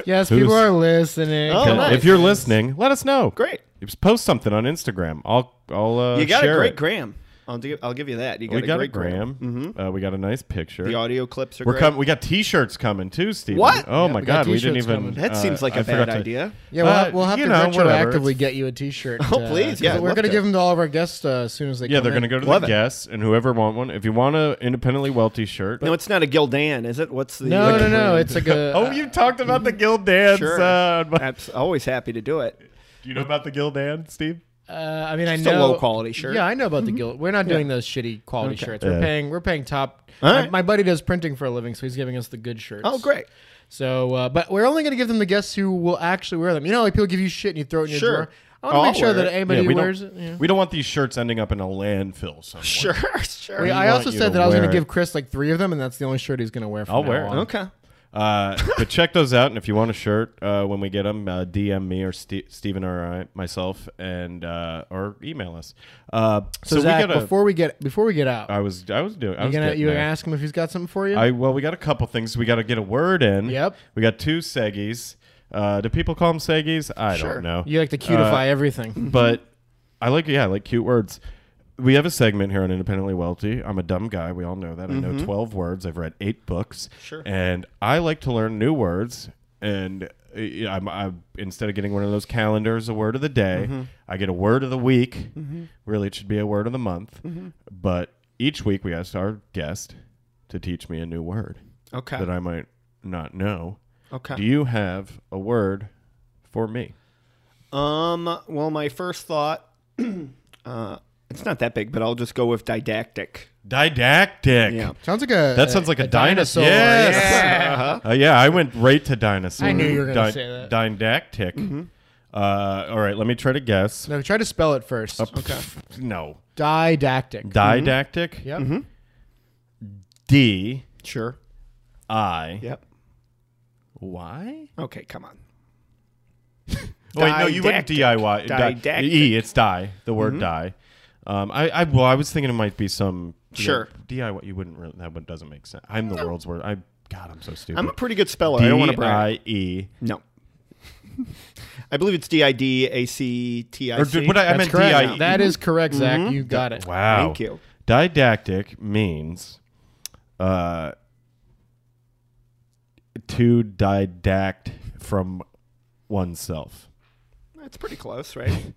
Speaker 2: Yes,
Speaker 1: Who's-
Speaker 2: people are listening.
Speaker 3: Oh,
Speaker 1: Okay.
Speaker 3: nice.
Speaker 1: If you're listening, let us know.
Speaker 3: Great.
Speaker 1: Just post something on Instagram. I'll I'll uh,
Speaker 3: You got a
Speaker 1: share
Speaker 3: great
Speaker 1: it.
Speaker 3: gram. I'll do. I'll give you that. You got
Speaker 1: we
Speaker 3: a
Speaker 1: got
Speaker 3: great Mm-hmm.
Speaker 1: a gram. Uh, we got a nice picture.
Speaker 3: The audio clips are
Speaker 1: We're
Speaker 3: great.
Speaker 1: com- we got T-shirts coming too, Steve.
Speaker 3: What?
Speaker 1: Oh
Speaker 2: Yeah,
Speaker 1: my
Speaker 2: we
Speaker 1: God,
Speaker 2: got
Speaker 1: we didn't
Speaker 2: t-shirts
Speaker 1: even.
Speaker 2: coming.
Speaker 3: That
Speaker 1: uh,
Speaker 3: seems like
Speaker 1: I
Speaker 3: a
Speaker 1: forgot
Speaker 3: bad
Speaker 1: to-
Speaker 3: idea.
Speaker 2: Yeah, we'll,
Speaker 1: Uh,
Speaker 2: have, we'll have
Speaker 1: you
Speaker 2: to
Speaker 1: know, whatever.
Speaker 2: retroactively
Speaker 1: It's-
Speaker 2: get you a T-shirt.
Speaker 3: Oh,
Speaker 2: uh,
Speaker 3: please, yeah,
Speaker 2: 'cause
Speaker 3: I'd
Speaker 2: we're
Speaker 3: love
Speaker 2: gonna
Speaker 3: to.
Speaker 2: give them to all of our guests uh, as soon as they.
Speaker 1: Yeah,
Speaker 2: come
Speaker 1: they're
Speaker 2: in.
Speaker 1: going to go to
Speaker 3: Love
Speaker 1: the
Speaker 3: it.
Speaker 1: guests, and whoever want one. If you want a independently well T-shirt,
Speaker 3: No, it's not a Gildan, is it? What's the?
Speaker 2: No, no, no. It's like a.
Speaker 1: Oh, you talked about the Guild Dance.
Speaker 3: Sure.
Speaker 1: uh, but-
Speaker 3: Abs- always happy to do it.
Speaker 1: do you know about the Guild Dance, Steve?
Speaker 2: Uh, I mean, I
Speaker 3: It's
Speaker 2: know
Speaker 3: a low quality shirt.
Speaker 2: Yeah, I know about the guild. We're not doing those shitty quality shirts. We're
Speaker 1: Mm-hmm. Yeah.
Speaker 2: paying. We're paying top.
Speaker 3: All
Speaker 2: my-
Speaker 3: right.
Speaker 2: My, buddy does printing for a living, so he's giving us the good shirts.
Speaker 3: Oh, great.
Speaker 2: So, uh, but we're only going to give them the guests who will actually wear them. You know, like people give you shit and you throw it in your
Speaker 3: Sure.
Speaker 2: drawer.
Speaker 1: Oh,
Speaker 2: I want to
Speaker 3: I'll
Speaker 2: make sure
Speaker 3: wear
Speaker 2: that
Speaker 3: it.
Speaker 2: anybody
Speaker 1: we
Speaker 2: who wears it.
Speaker 1: don't.
Speaker 2: yeah.
Speaker 1: We don't want these shirts ending up in a landfill somewhere.
Speaker 3: Sure, sure.
Speaker 2: Wait, I
Speaker 1: want
Speaker 2: also
Speaker 1: you
Speaker 2: said
Speaker 1: to
Speaker 2: that I was going
Speaker 1: wear
Speaker 2: to
Speaker 1: it.
Speaker 2: give Chris like three of them, and that's the only shirt he's going to wear. From
Speaker 1: I'll
Speaker 2: now
Speaker 1: wear it.
Speaker 2: on.
Speaker 3: Okay.
Speaker 1: Uh, but check those out, and if you want a shirt uh, when we get them, uh, DM me or Ste- Steven or I, myself, and uh, or email us. Uh,
Speaker 2: So,
Speaker 1: we
Speaker 2: Zach,
Speaker 1: got a.
Speaker 2: before we get before we get out,
Speaker 1: I was I was doing. I
Speaker 2: you
Speaker 1: was
Speaker 2: gonna
Speaker 1: getting
Speaker 2: you gonna
Speaker 1: there.
Speaker 2: ask him if he's got something for you?
Speaker 1: I well, we got a couple things. We got to get a word in.
Speaker 2: Yep.
Speaker 1: We got two seggies. Uh, do people call them seggies? I
Speaker 3: Sure.
Speaker 1: don't know.
Speaker 2: you like to cutify
Speaker 1: Uh,
Speaker 2: everything.
Speaker 1: but I like yeah, I like cute words. We have a segment here on Independently Wealthy. I'm a dumb guy. We all know that. I know 12 words. I've read eight books.
Speaker 3: Sure.
Speaker 1: And I like to learn new words. And uh, yeah, I'm, i instead of getting one of those calendars, a word of the day, I get a word of the week. Really, it should be a word of the month. But each week, we ask our guest to teach me a new word
Speaker 3: Okay.
Speaker 1: that I might not know.
Speaker 3: okay.
Speaker 1: Do you have a word for me?
Speaker 3: um. Well, my first thought. uh, it's not that big, but I'll just go with didactic.
Speaker 1: Didactic.
Speaker 3: Yeah.
Speaker 2: Sounds like a
Speaker 1: That sounds like a, dinosaur.
Speaker 2: Yeah.
Speaker 3: Uh-huh.
Speaker 1: Yes. Uh, yeah, I went right to dinosaur.
Speaker 2: I knew you were gonna
Speaker 1: Di-
Speaker 2: say that. Mm-hmm.
Speaker 1: Didactic. Uh, all right, let me try to guess.
Speaker 2: No, try to spell it first.
Speaker 1: Okay. No.
Speaker 2: Didactic.
Speaker 1: Didactic.
Speaker 2: Mm-hmm. yep.
Speaker 1: D
Speaker 3: Sure.
Speaker 1: I
Speaker 3: Yep.
Speaker 1: Y.
Speaker 3: Okay. Come on.
Speaker 1: Oh, Wait, no, you went
Speaker 3: Didactic.
Speaker 1: DIY. Di-
Speaker 3: Didactic.
Speaker 1: E. It's die. The word
Speaker 2: Mm-hmm.
Speaker 1: die. Um, I, I well, I was thinking it might be some
Speaker 3: Sure.
Speaker 1: DIY. You wouldn't really. That one doesn't make sense. I'm the world's worst. I God, I'm so stupid. E.
Speaker 3: I'm a pretty good speller. I don't want to brag.
Speaker 1: D-I-E.
Speaker 3: No. I believe it's D I D A C T I
Speaker 1: Or did,
Speaker 3: C.
Speaker 1: what I, I
Speaker 2: That's
Speaker 1: meant
Speaker 2: correct.
Speaker 1: D-I-E.
Speaker 2: That is correct, Zach. You got it.
Speaker 1: Wow.
Speaker 3: Thank you.
Speaker 1: Didactic means uh, to didact from oneself.
Speaker 3: That's pretty close, right?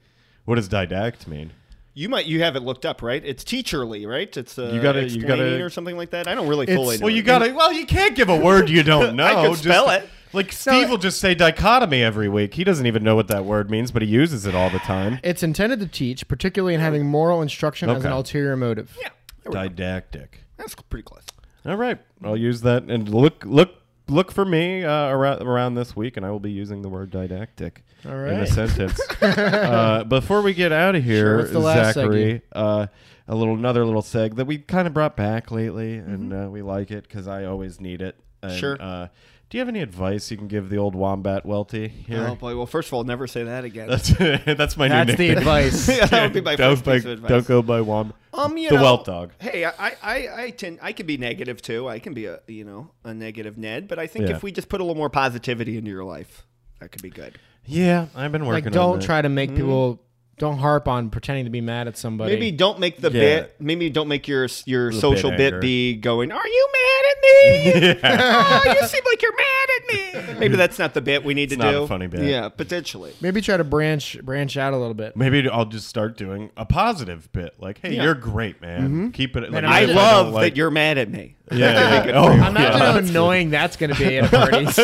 Speaker 1: What does didact mean?
Speaker 3: You might you have it looked up, right? It's teacherly, right? It's uh,
Speaker 1: You gotta- you
Speaker 3: explaining
Speaker 1: gotta-
Speaker 3: or something like that. I don't really
Speaker 2: It's-
Speaker 3: fully. know
Speaker 1: Well,
Speaker 3: what
Speaker 1: you
Speaker 3: it
Speaker 1: gotta. Well, you can't give a word you don't know.
Speaker 3: could spell it.
Speaker 1: Like Steve will just say dichotomy every week. He doesn't even know what that word means, but he uses it all the time.
Speaker 2: It's intended to teach, particularly in having moral instruction as an
Speaker 1: Okay.
Speaker 2: ulterior motive.
Speaker 3: means. Yeah, there we go.
Speaker 1: Didactic.
Speaker 3: that's pretty close.
Speaker 1: All right, I'll use that and look look look for me uh, around, around this week, and I will be using the word didactic
Speaker 2: All
Speaker 1: in a
Speaker 2: right.
Speaker 1: sentence. uh, before we get out of
Speaker 2: Sure,
Speaker 1: here,
Speaker 2: what's the last
Speaker 1: Zachary, uh, a little another little seg that we kind of brought back lately, and uh, we like it because I always need it. And,
Speaker 3: Sure.
Speaker 1: Uh, do you have any advice you can give the old wombat Welty here?
Speaker 3: Oh boy! Well, first of all, never say that again.
Speaker 1: That's that's my new
Speaker 2: That's the
Speaker 1: nickname.
Speaker 2: advice.
Speaker 3: Yeah, that would be my
Speaker 1: Don't
Speaker 3: first
Speaker 1: by-
Speaker 3: piece of advice.
Speaker 1: Don't go by wombat.
Speaker 3: Um, you
Speaker 1: the
Speaker 3: know,
Speaker 1: welt dog.
Speaker 3: Hey, I, I- I, I tend, I can be negative too. I can be a, you know, a negative Ned. But I think
Speaker 1: Yeah.
Speaker 3: if we just put a little more positivity into your life, that could be good.
Speaker 1: Yeah, I've been working.
Speaker 2: Like,
Speaker 1: on
Speaker 2: don't
Speaker 1: that.
Speaker 2: try to make people. Don't harp on pretending to be mad at somebody.
Speaker 3: Maybe don't make the
Speaker 1: Yeah.
Speaker 3: bit. Maybe don't make your your
Speaker 1: Little
Speaker 3: social
Speaker 1: bit
Speaker 3: bit,
Speaker 1: anger.
Speaker 3: be going. Are you mad at me? oh, you seem like you're mad at me. Maybe that's not the bit we need to
Speaker 1: not
Speaker 3: do.
Speaker 1: a funny bit.
Speaker 3: Yeah, potentially.
Speaker 2: Maybe try to branch branch out a little bit.
Speaker 1: Maybe I'll just start doing a positive bit, like, "Hey,
Speaker 3: Yeah. Mm-hmm.
Speaker 1: you're great, man. Keep it." Like,
Speaker 2: Man,
Speaker 3: I
Speaker 1: even if
Speaker 3: love
Speaker 1: don't like-
Speaker 3: that you're mad at me.
Speaker 1: Yeah. yeah. oh,
Speaker 2: Imagine
Speaker 1: yeah.
Speaker 2: how annoying that's going to be at parties.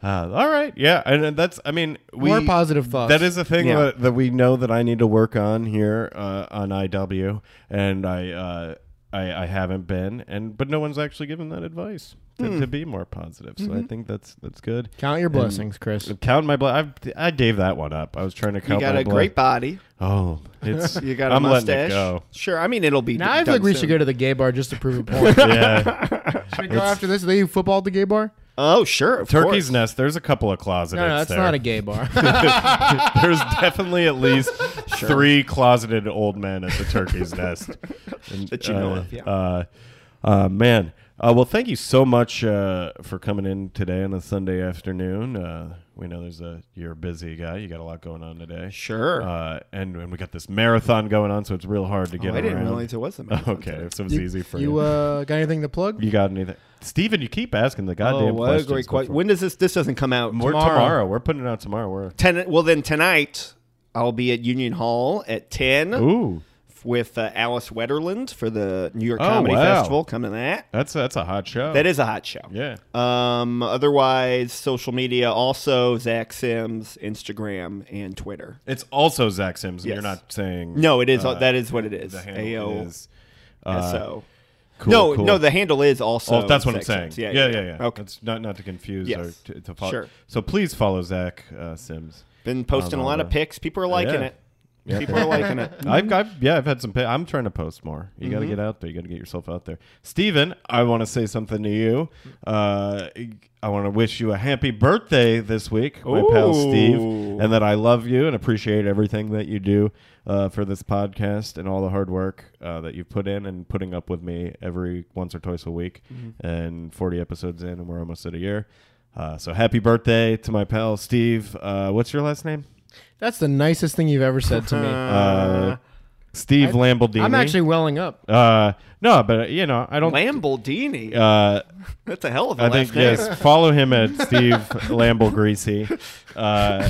Speaker 1: Uh, all right. Yeah, and uh, that's. I mean, we
Speaker 2: More positive thoughts.
Speaker 1: That is a thing
Speaker 3: Yeah.
Speaker 1: that, that we know that I need to work on here uh, on IW, and I, uh, I I haven't been, and but no one's actually given that advice to,
Speaker 3: Hmm.
Speaker 1: to be more positive. So
Speaker 3: Mm-hmm.
Speaker 1: I think that's that's good.
Speaker 2: Count your blessings, Chris.
Speaker 1: Count my blood. I gave that one up. I was trying to
Speaker 3: You
Speaker 1: count
Speaker 3: got
Speaker 1: Oh, my
Speaker 3: a
Speaker 1: blood.
Speaker 3: great body.
Speaker 1: Oh, it's
Speaker 3: You got a
Speaker 1: I'm
Speaker 3: mustache.
Speaker 1: letting it go.
Speaker 3: Sure. I mean, it'll be.
Speaker 2: Now I feel
Speaker 3: done
Speaker 2: like we
Speaker 3: soon.
Speaker 2: should go to the gay bar just to prove a point. Should
Speaker 1: Yeah,
Speaker 2: we go after this? Are they football at the gay bar?
Speaker 3: Oh, sure. Of
Speaker 1: Turkey's
Speaker 3: course.
Speaker 1: Nest. There's a couple of closeted.
Speaker 2: No, no, that's
Speaker 1: there.
Speaker 2: not a gay bar.
Speaker 1: There's definitely at least three closeted old men at the turkey's nest And,
Speaker 3: That you know of, yeah.
Speaker 1: Uh, uh, man, uh, well, thank you so much uh, for coming in today on a Sunday afternoon. Uh, we know there's a you're a busy guy. You got a lot going on today.
Speaker 3: Sure.
Speaker 1: Uh, and and we got this marathon going on, so it's real hard to
Speaker 3: Oh,
Speaker 1: get.
Speaker 3: I didn't
Speaker 1: around.
Speaker 3: realize it was a marathon
Speaker 1: Okay,
Speaker 3: today.
Speaker 1: so it's
Speaker 2: You-
Speaker 1: easy for you.
Speaker 2: You uh, got anything to plug?
Speaker 1: you got anything, Steven, You keep asking the goddamn
Speaker 3: Oh, what a
Speaker 1: questions.
Speaker 3: great question.
Speaker 1: before-
Speaker 3: When does this? This doesn't come out.
Speaker 1: We're
Speaker 2: Tomorrow.
Speaker 1: tomorrow. We're putting it out tomorrow. We're
Speaker 3: Ten, well, then tonight I'll be at Union Hall at ten
Speaker 1: ooh.
Speaker 3: with uh, Alice Wetterland for the New York
Speaker 1: Oh,
Speaker 3: Comedy
Speaker 1: wow.
Speaker 3: Festival. Come to that.
Speaker 1: That's that's a hot show.
Speaker 3: That is a hot show.
Speaker 1: Yeah.
Speaker 3: Um, otherwise, social media also Zach Sims, Instagram, and Twitter.
Speaker 1: It's also Zach Sims. and
Speaker 3: Yes.
Speaker 1: You're not saying
Speaker 3: No, it is.
Speaker 1: uh,
Speaker 3: that is what it is.
Speaker 1: the
Speaker 3: AO.
Speaker 1: handle is uh,
Speaker 3: So
Speaker 1: cool,
Speaker 3: no,
Speaker 1: cool.
Speaker 3: no, the handle is also.
Speaker 1: Oh, that's what I'm
Speaker 3: Zach
Speaker 1: saying.
Speaker 3: Sims.
Speaker 1: Yeah, yeah, yeah.
Speaker 3: Okay,
Speaker 1: It's not not to confuse
Speaker 3: Yes.
Speaker 1: or to, to follow.
Speaker 3: Sure.
Speaker 1: So please follow Zach uh, Sims.
Speaker 3: been posting a lot of
Speaker 1: Uh,
Speaker 3: pics. People are liking
Speaker 1: yeah.
Speaker 3: it. People are liking it.
Speaker 2: Mm-hmm.
Speaker 1: I've, I've yeah, I've had some. Pay- I'm trying to post more. You got to get out there. You got to get yourself out there. Steven, I want to say something to you. Uh, I want to wish you a happy birthday this week, my pal Steve,
Speaker 3: Ooh.
Speaker 1: and that I love you and appreciate everything that you do uh, for this podcast and all the hard work uh, that you've put in and putting up with me every once or twice a week.
Speaker 2: Mm-hmm.
Speaker 1: And 40 episodes in, and we're almost at a year. Uh, so happy birthday to my pal Steve. Uh, what's your last name?
Speaker 2: That's the nicest thing you've ever said to me.
Speaker 1: Uh, Steve Lambaldini.
Speaker 2: I'm actually welling up.
Speaker 1: Uh, no, but uh, you know, I don't.
Speaker 3: Lamboldini.
Speaker 1: Uh,
Speaker 3: That's a hell of a
Speaker 1: I
Speaker 3: last
Speaker 1: think
Speaker 3: name.
Speaker 1: yes. Follow him at Steve Lamble Greasy. Uh,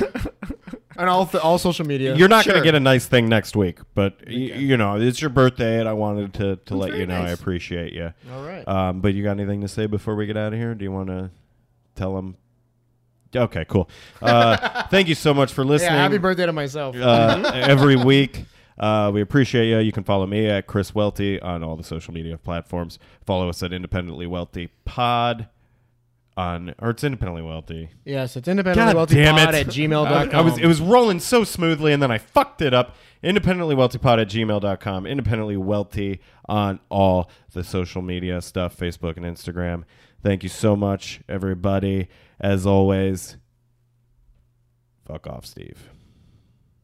Speaker 2: And all, th- all social media.
Speaker 1: you're not going
Speaker 3: Sure.
Speaker 1: to get a nice thing next week, but y- you know it's your birthday, and I wanted to, to let
Speaker 3: very
Speaker 1: you know I
Speaker 3: nice.
Speaker 1: appreciate you.
Speaker 2: all right.
Speaker 1: Um, but you got anything to say before we get out of here? Do you want to tell them? Okay, cool. Uh, thank you so much for
Speaker 2: yeah,
Speaker 1: listening.
Speaker 2: happy birthday to myself.
Speaker 1: uh, every week. Uh, we appreciate you. You can follow me at Chris Welty on all the social media platforms. Follow us at Independently Welty Pod on, or it's Independently Welty.
Speaker 2: yes, it's independently wealthy pod at gmail.com.
Speaker 1: I, I was, it was rolling so smoothly, and then I fucked it up. Independently Welty Pod at gmail.com. Independently Welty on all the social media stuff, Facebook and Instagram. Thank you so much, everybody. As always, fuck off, Steve.